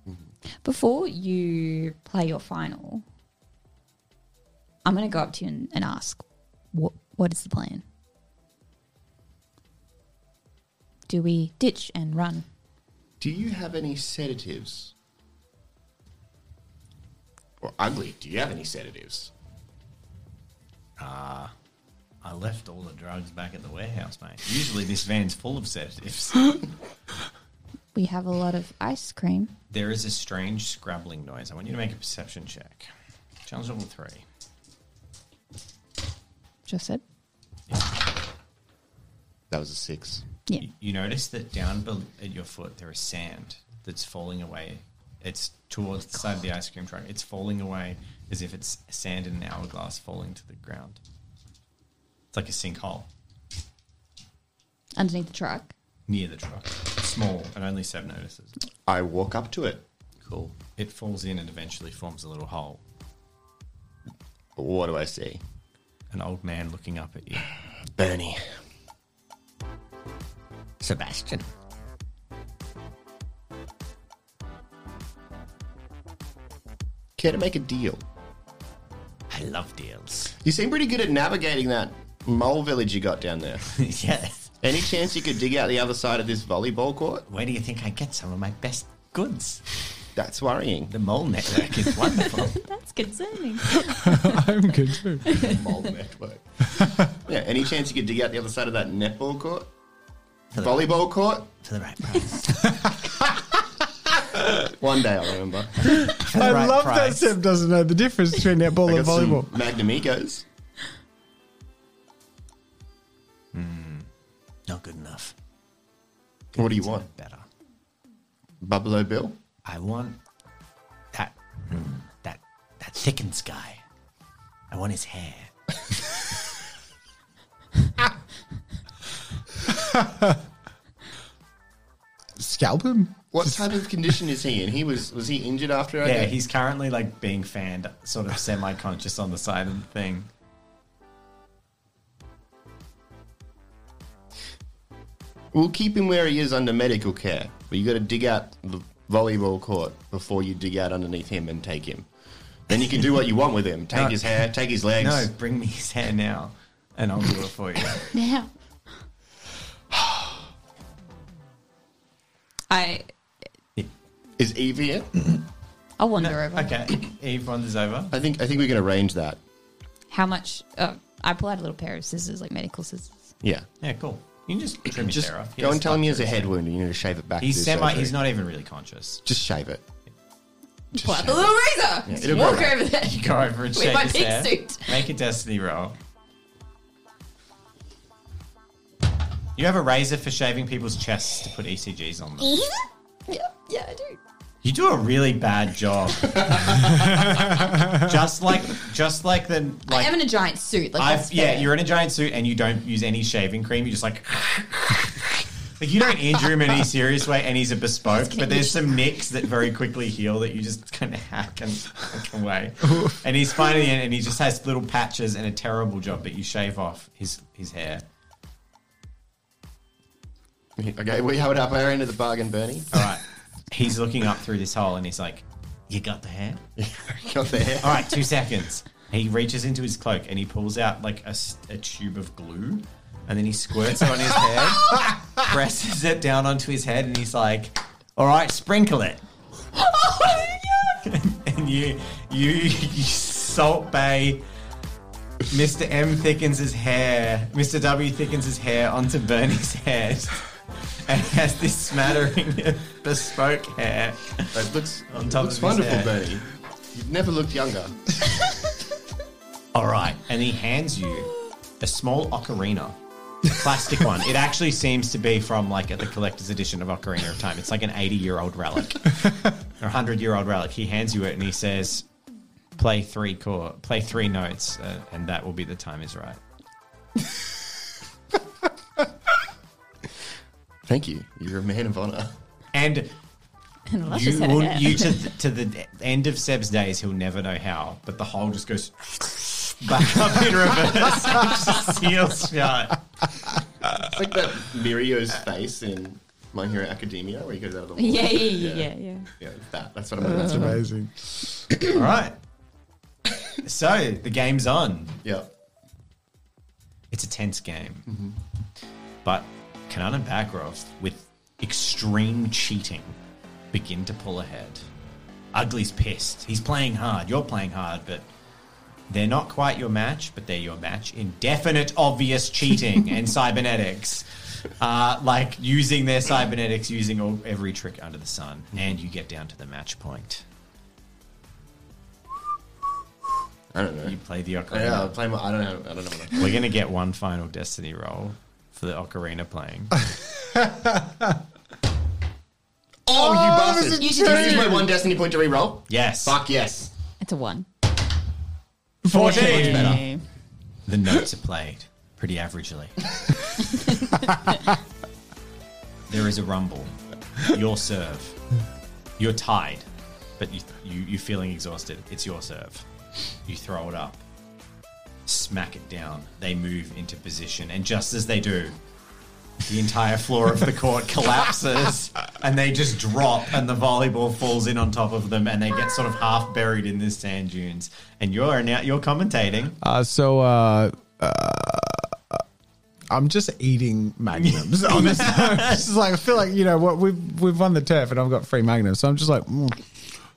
[SPEAKER 2] it.
[SPEAKER 1] Before you play your final, I'm going to go up to you and, and ask, what what is the plan? Do we ditch and run?
[SPEAKER 4] Do you have any sedatives? Or ugly, do you have any sedatives?
[SPEAKER 3] I left all the drugs back at the warehouse, mate. Usually this van's full of sedatives.
[SPEAKER 1] We have a lot of ice cream.
[SPEAKER 3] there is a strange scrabbling noise. I want you to make a perception check. Challenge level three.
[SPEAKER 1] Just said.
[SPEAKER 4] That was a six.
[SPEAKER 1] Yeah.
[SPEAKER 3] You, you notice that down bel at your foot there is sand that's falling away. It's towards the side of the ice cream truck. It's falling away as if it's sand in an hourglass falling to the ground. It's like a sinkhole
[SPEAKER 1] underneath the truck.
[SPEAKER 3] near the truck. Small, and only Seb notices.
[SPEAKER 4] I walk up to it.
[SPEAKER 3] Cool. It falls in and eventually forms a little hole.
[SPEAKER 4] What do I see?
[SPEAKER 3] An old man looking up at you.
[SPEAKER 4] Bernie.
[SPEAKER 7] Sebastian.
[SPEAKER 4] Care to make a deal?
[SPEAKER 3] I love deals.
[SPEAKER 4] You seem pretty good at navigating that mole village you got down there.
[SPEAKER 3] yes.
[SPEAKER 4] Any chance you could dig out the other side of this volleyball court?
[SPEAKER 3] Where do you think I get some of my best goods?
[SPEAKER 4] That's worrying.
[SPEAKER 3] The mole network is wonderful.
[SPEAKER 1] That's concerning.
[SPEAKER 2] I'm good too.
[SPEAKER 4] The mole network. yeah, any chance you could dig out the other side of that netball court? Volleyball court?
[SPEAKER 5] For the right price.
[SPEAKER 4] One day I'll remember.
[SPEAKER 2] I
[SPEAKER 5] right
[SPEAKER 2] love that
[SPEAKER 5] price.
[SPEAKER 2] Seb doesn't know the difference between netball
[SPEAKER 4] I
[SPEAKER 2] and
[SPEAKER 4] got some
[SPEAKER 2] volleyball.
[SPEAKER 4] Magnum Egos.
[SPEAKER 5] Not good enough.
[SPEAKER 4] What do you want?
[SPEAKER 5] Better.
[SPEAKER 4] Buffalo Bill?
[SPEAKER 5] I want that mm, that that thickens guy. I want his hair.
[SPEAKER 2] Scalp him.
[SPEAKER 4] What type of condition is he in? He was was he injured after I
[SPEAKER 3] yeah,
[SPEAKER 4] did-
[SPEAKER 3] he's currently like being fanned, sort of semi conscious on the side of the thing.
[SPEAKER 4] We'll keep him where he is under medical care, but you got to dig out the volleyball court before you dig out underneath him and take him. Then you can do what you want with him. Take
[SPEAKER 3] No.
[SPEAKER 4] his hair, take his legs.
[SPEAKER 3] No, bring me his hair now, and I'll do it for you.
[SPEAKER 1] Now. I
[SPEAKER 4] Is Eve here?
[SPEAKER 1] I'll wander over.
[SPEAKER 3] okay, Eve wanders over.
[SPEAKER 4] I think I think we can arrange that.
[SPEAKER 1] How much? Uh, I pull out a little pair of scissors, like medical scissors.
[SPEAKER 4] Yeah.
[SPEAKER 3] Yeah, cool. You can just trim his
[SPEAKER 4] Just
[SPEAKER 3] hair off.
[SPEAKER 4] go and tell him he has a
[SPEAKER 3] like-
[SPEAKER 4] head wound and you need to shave it back. to
[SPEAKER 3] He's
[SPEAKER 4] do
[SPEAKER 3] semi.
[SPEAKER 4] surgery.
[SPEAKER 3] He's not even really conscious.
[SPEAKER 4] Just shave it.
[SPEAKER 1] pull out the little razor.
[SPEAKER 4] it'll
[SPEAKER 1] walk
[SPEAKER 4] grow back.
[SPEAKER 1] over there.
[SPEAKER 3] You go over and
[SPEAKER 1] With
[SPEAKER 3] shake
[SPEAKER 1] my
[SPEAKER 3] his
[SPEAKER 1] pig
[SPEAKER 3] hair.
[SPEAKER 1] suit.
[SPEAKER 3] Make a destiny roll. You have a razor for shaving people's chests to put ECGs on them.
[SPEAKER 1] yeah, yeah, I do.
[SPEAKER 3] You do a really bad job. just like, just like the
[SPEAKER 1] I am in
[SPEAKER 3] like.
[SPEAKER 1] a giant suit. Like
[SPEAKER 3] I've,
[SPEAKER 1] that's
[SPEAKER 3] yeah,
[SPEAKER 1] fair.
[SPEAKER 3] you're in a giant suit and you don't use any shaving cream. You just like. Like you don't injure him in any serious way, and he's a bespoke. But there's some nicks that very quickly heal that you just kind of hack and hack away. And he's finally in, and he just has little patches and a terrible job. But you shave off his his hair.
[SPEAKER 4] Okay, we held up our end of the bargain, Bernie.
[SPEAKER 3] All right, he's looking up through this hole, and he's like, "You got the hair."
[SPEAKER 4] Got the hair.
[SPEAKER 3] All right, two seconds. He reaches into his cloak and he pulls out like a, s- a tube of glue, and then he squirts it on his head, presses it down onto his head, and he's like, "All right, sprinkle it." and you, you, you Salt Bay. Mr. M thickens his hair. Mr. W thickens his hair onto Bernie's head, and has this smattering of bespoke hair.
[SPEAKER 4] It looks
[SPEAKER 3] On top
[SPEAKER 4] looks
[SPEAKER 3] of his
[SPEAKER 4] wonderful,
[SPEAKER 3] hair.
[SPEAKER 4] Bernie. You've never looked younger.
[SPEAKER 3] All right. And he hands you a small ocarina, plastic one. It actually seems to be from like the collector's edition of Ocarina of Time. It's like an 80 year old relic or 100 year old relic. He hands you it and he says, play three chord, play three notes, uh, and that will be the time is right.
[SPEAKER 4] Thank you. You're a man of honor.
[SPEAKER 3] And
[SPEAKER 1] And I love
[SPEAKER 3] you,
[SPEAKER 1] this hair.
[SPEAKER 3] will, you to, th- to the end of Seb's days, he'll never know how, but the hole just goes back up in reverse. and just seals shut.
[SPEAKER 4] It's like that Mirio's face in My Hero Academia where he goes out of the water.
[SPEAKER 1] yeah, yeah, yeah, yeah, yeah.
[SPEAKER 4] Yeah, it's that. That's what I'm going
[SPEAKER 2] That's
[SPEAKER 4] to do.
[SPEAKER 2] amazing.
[SPEAKER 3] All right. So the game's on.
[SPEAKER 4] Yeah.
[SPEAKER 3] It's a tense game. But Kanan and Bagrov, with extreme cheating, begin to pull ahead. Ugly's pissed. He's playing hard. You're playing hard, but they're not quite your match, but they're your match in definite, obvious cheating and cybernetics. Uh, like using their cybernetics, using all, every trick under the sun, and you get down to the match point.
[SPEAKER 4] I don't know.
[SPEAKER 3] You play the ocarina.
[SPEAKER 4] yeah, I'll play my, I don't know. I don't know what I
[SPEAKER 3] We're gonna get one final Destiny roll for the ocarina playing.
[SPEAKER 4] Oh, you bastard!
[SPEAKER 1] You should
[SPEAKER 4] Can I
[SPEAKER 1] just-
[SPEAKER 4] use my one destiny point to reroll?
[SPEAKER 3] Yes.
[SPEAKER 4] Fuck yes.
[SPEAKER 1] It's a one.
[SPEAKER 3] Fourteen. The notes are played. pretty averagely. there is a rumble. Your serve. You're tied, but you, you, you're feeling exhausted. It's your serve. You throw it up, smack it down. They move into position, and just as they do, the entire floor of the court collapses and they just drop and the volleyball falls in on top of them and they get sort of half buried in the sand dunes and you're now you're commentating
[SPEAKER 2] Uh, so uh, uh, I'm just eating magnums. on this. It's just like I feel like you know what we've we've won the turf and I've got free magnums, so I'm just like. mm.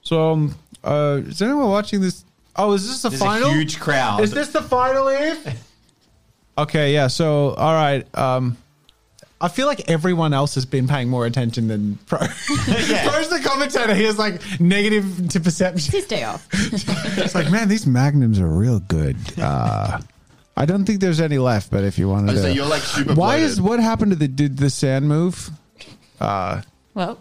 [SPEAKER 2] So um, uh, is anyone watching this? Oh, is this the
[SPEAKER 3] there's
[SPEAKER 2] final?
[SPEAKER 3] a huge crowd
[SPEAKER 2] Is this the final Eve? okay, yeah. So, all right. Um, I feel like everyone else has been paying more attention than Pro. Pro's the commentator. He has like negative to perception.
[SPEAKER 1] It's his day off.
[SPEAKER 2] It's like, man, these magnums are real good. Uh, I don't think there's any left, but if you want to,
[SPEAKER 4] so you're like super.
[SPEAKER 2] why
[SPEAKER 4] bloated.
[SPEAKER 2] is what happened to the did the sand move? Uh,
[SPEAKER 1] Well,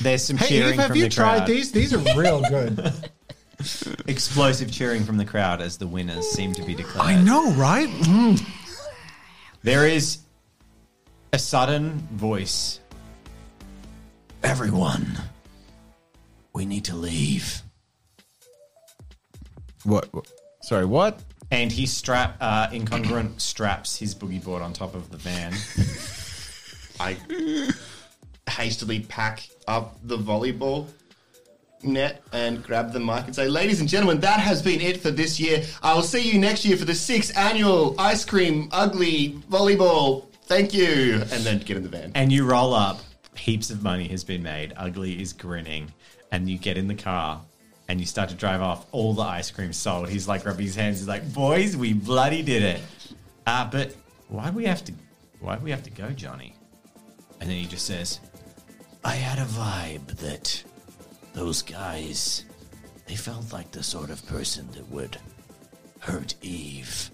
[SPEAKER 3] there's some
[SPEAKER 2] hey,
[SPEAKER 3] cheering
[SPEAKER 2] Eve, have
[SPEAKER 3] from
[SPEAKER 2] you
[SPEAKER 3] the
[SPEAKER 2] tried
[SPEAKER 3] crowd
[SPEAKER 2] these? These are real good.
[SPEAKER 3] explosive cheering from the crowd as the winners seem to be declared
[SPEAKER 2] I know, right? Mm.
[SPEAKER 3] there is a sudden voice
[SPEAKER 5] Everyone, we need to leave.
[SPEAKER 2] What, what? Sorry, what?
[SPEAKER 3] and he strap uh, incongruent straps his boogie board on top of the van
[SPEAKER 4] I hastily pack up the volleyball net and grab the mic and say, Ladies and gentlemen, that has been it for this year. I will see you next year for the sixth annual Ice Cream Ugly Volleyball. Thank you. And then get in the van.
[SPEAKER 3] and you roll up. Heaps of money has been made. Ugly is grinning, and you get in the car and you start to drive off. All the ice cream sold. He's like rubbing his hands. He's like, "Boys, we bloody did it!" Uh, but why do we have to? Why do we have to go, Johnny? And then he just says,
[SPEAKER 5] I had a vibe that those guys, they felt like the sort of person that would hurt Eve.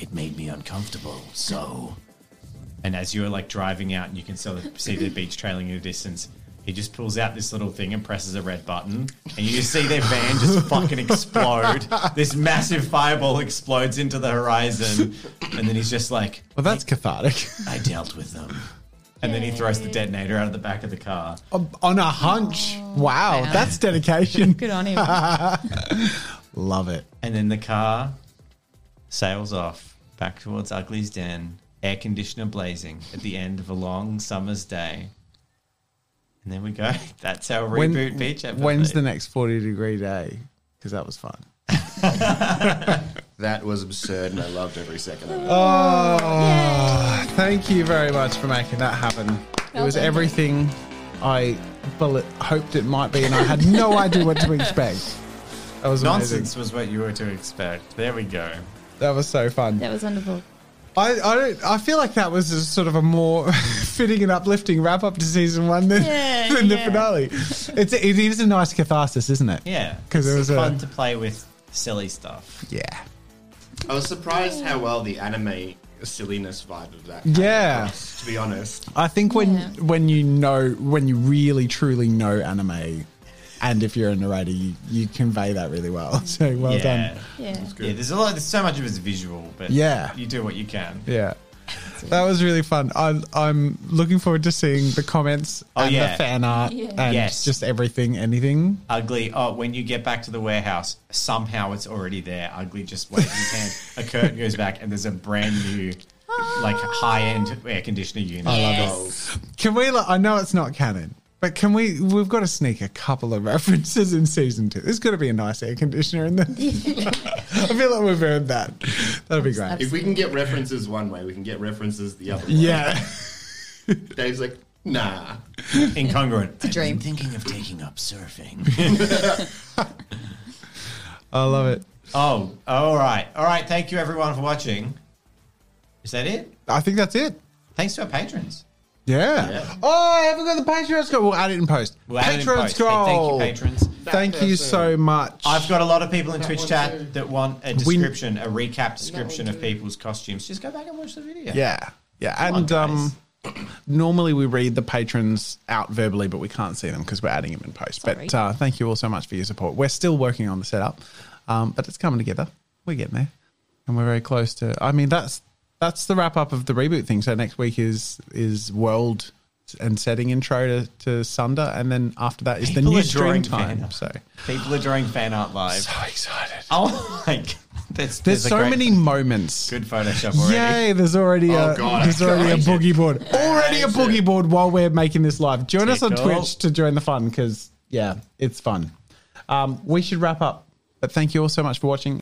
[SPEAKER 5] It made me uncomfortable, so
[SPEAKER 3] and as you're like driving out and you can sort of see the beach trailing in the distance. He just pulls out this little thing and presses a red button, and you just see their van just fucking explode. This massive fireball explodes into the horizon, and then he's just like,
[SPEAKER 2] Well, that's cathartic.
[SPEAKER 5] I dealt with them.
[SPEAKER 3] And then he throws the detonator out of the back of the car.
[SPEAKER 2] On on a hunch. Wow,
[SPEAKER 1] Wow.
[SPEAKER 2] that's dedication.
[SPEAKER 1] good on him.
[SPEAKER 2] Love it.
[SPEAKER 3] And then the car sails off back towards Ugly's Den, air conditioner blazing at the end of a long summer's day. And there we go. That's our
[SPEAKER 2] When-
[SPEAKER 3] reboot beach episode.
[SPEAKER 2] When's the next 40 degree day? Because that was fun.
[SPEAKER 4] That was absurd and I loved every second of it.
[SPEAKER 2] Uh, Oh, thank you very much for making that happen. it
[SPEAKER 1] Well
[SPEAKER 2] was
[SPEAKER 1] done.
[SPEAKER 2] everything I bullet hoped it might be, and I had no idea what to expect. That was amazing.
[SPEAKER 3] nonsense was what you were to expect? There we go.
[SPEAKER 2] That was so fun.
[SPEAKER 1] That was wonderful.
[SPEAKER 2] I, I don't. I feel like that was a sort of a more fitting and uplifting wrap up to season one than,
[SPEAKER 1] Yeah,
[SPEAKER 2] than the
[SPEAKER 1] yeah.
[SPEAKER 2] finale. It's it is a nice catharsis, isn't it?
[SPEAKER 3] Yeah.
[SPEAKER 2] 'Cause it
[SPEAKER 3] it's
[SPEAKER 2] was a-
[SPEAKER 3] fun to play with silly stuff.
[SPEAKER 2] Yeah.
[SPEAKER 4] I was surprised how well the anime silliness vibe of that.
[SPEAKER 2] Yeah.
[SPEAKER 4] To be honest.
[SPEAKER 2] I think when
[SPEAKER 1] Yeah.
[SPEAKER 2] when you know when you really truly know anime, and if you're a narrator, you, you convey that really well. So well
[SPEAKER 3] yeah.
[SPEAKER 2] done.
[SPEAKER 1] Yeah.
[SPEAKER 3] Yeah, there's a lot there's so much of it's visual, but
[SPEAKER 2] Yeah.
[SPEAKER 3] you do what you can.
[SPEAKER 2] Yeah. That was really fun. I, I'm looking forward to seeing the comments
[SPEAKER 3] Oh,
[SPEAKER 2] and
[SPEAKER 3] yeah.
[SPEAKER 2] the fan art
[SPEAKER 1] Yeah.
[SPEAKER 2] and
[SPEAKER 3] Yes.
[SPEAKER 2] just everything, anything.
[SPEAKER 3] Ugly. Oh, when you get back to the warehouse, somehow it's already there. Ugly just waves his hand. A curtain goes back, and there's a brand new, like high end air conditioner unit.
[SPEAKER 2] Oh, Can we? like, I know it's not canon, but can we? We've got to sneak a couple of references in season two. There's got to be a nice air conditioner in there. I feel like we've earned that. That'd be great.
[SPEAKER 4] If we can get references one way, we can get references the other way.
[SPEAKER 2] Yeah.
[SPEAKER 4] Dave's like, nah.
[SPEAKER 3] Incongruent.
[SPEAKER 1] Dream.
[SPEAKER 5] I'm thinking of taking up surfing.
[SPEAKER 2] I love it.
[SPEAKER 3] Oh, all right, all right. Thank you everyone for watching. Is that it?
[SPEAKER 2] I think that's it.
[SPEAKER 3] Thanks to our patrons.
[SPEAKER 2] Yeah.
[SPEAKER 4] Yeah.
[SPEAKER 2] Oh, I haven't got the Patreon scroll. We'll add it in post.
[SPEAKER 3] We'll add it in post. Hey,
[SPEAKER 2] scroll.
[SPEAKER 3] Thank you, patrons.
[SPEAKER 2] Thank you so much.
[SPEAKER 3] I've got a lot of people in Twitch
[SPEAKER 4] one
[SPEAKER 3] chat
[SPEAKER 4] too.
[SPEAKER 3] that want a description, a recap description of people's costumes. Just go back and watch the video.
[SPEAKER 2] yeah. Yeah.
[SPEAKER 3] on,
[SPEAKER 2] and um, normally we read the patrons out verbally, but we can't see them because we're adding them in post.
[SPEAKER 1] Sorry.
[SPEAKER 2] But uh, thank you all so much for your support. We're still working on the setup, um, but it's coming together. We're getting there. and we're very close to. I mean, that's that's the wrap up of the reboot thing. So next week is is world and setting intro to, to Sunder, and then after that is
[SPEAKER 3] People
[SPEAKER 2] the
[SPEAKER 3] are
[SPEAKER 2] new stream
[SPEAKER 3] drawing
[SPEAKER 2] time.
[SPEAKER 3] fan-
[SPEAKER 2] So
[SPEAKER 3] People are drawing fan art live.
[SPEAKER 2] so excited.
[SPEAKER 3] Oh my god, there's,
[SPEAKER 2] There's,
[SPEAKER 3] a
[SPEAKER 2] so
[SPEAKER 3] great-
[SPEAKER 2] many moments.
[SPEAKER 3] good Photoshop already.
[SPEAKER 2] Yay! There's already a
[SPEAKER 4] Oh, God,
[SPEAKER 2] there's
[SPEAKER 4] I
[SPEAKER 2] already a
[SPEAKER 4] hate
[SPEAKER 2] boogie board. Already a
[SPEAKER 4] hate
[SPEAKER 2] boogie
[SPEAKER 4] it.
[SPEAKER 2] board while we're making this live. Join us on
[SPEAKER 3] Tickle.
[SPEAKER 2] Twitch to join the fun because yeah, it's fun. Um, we should wrap up, but thank you all so much for watching.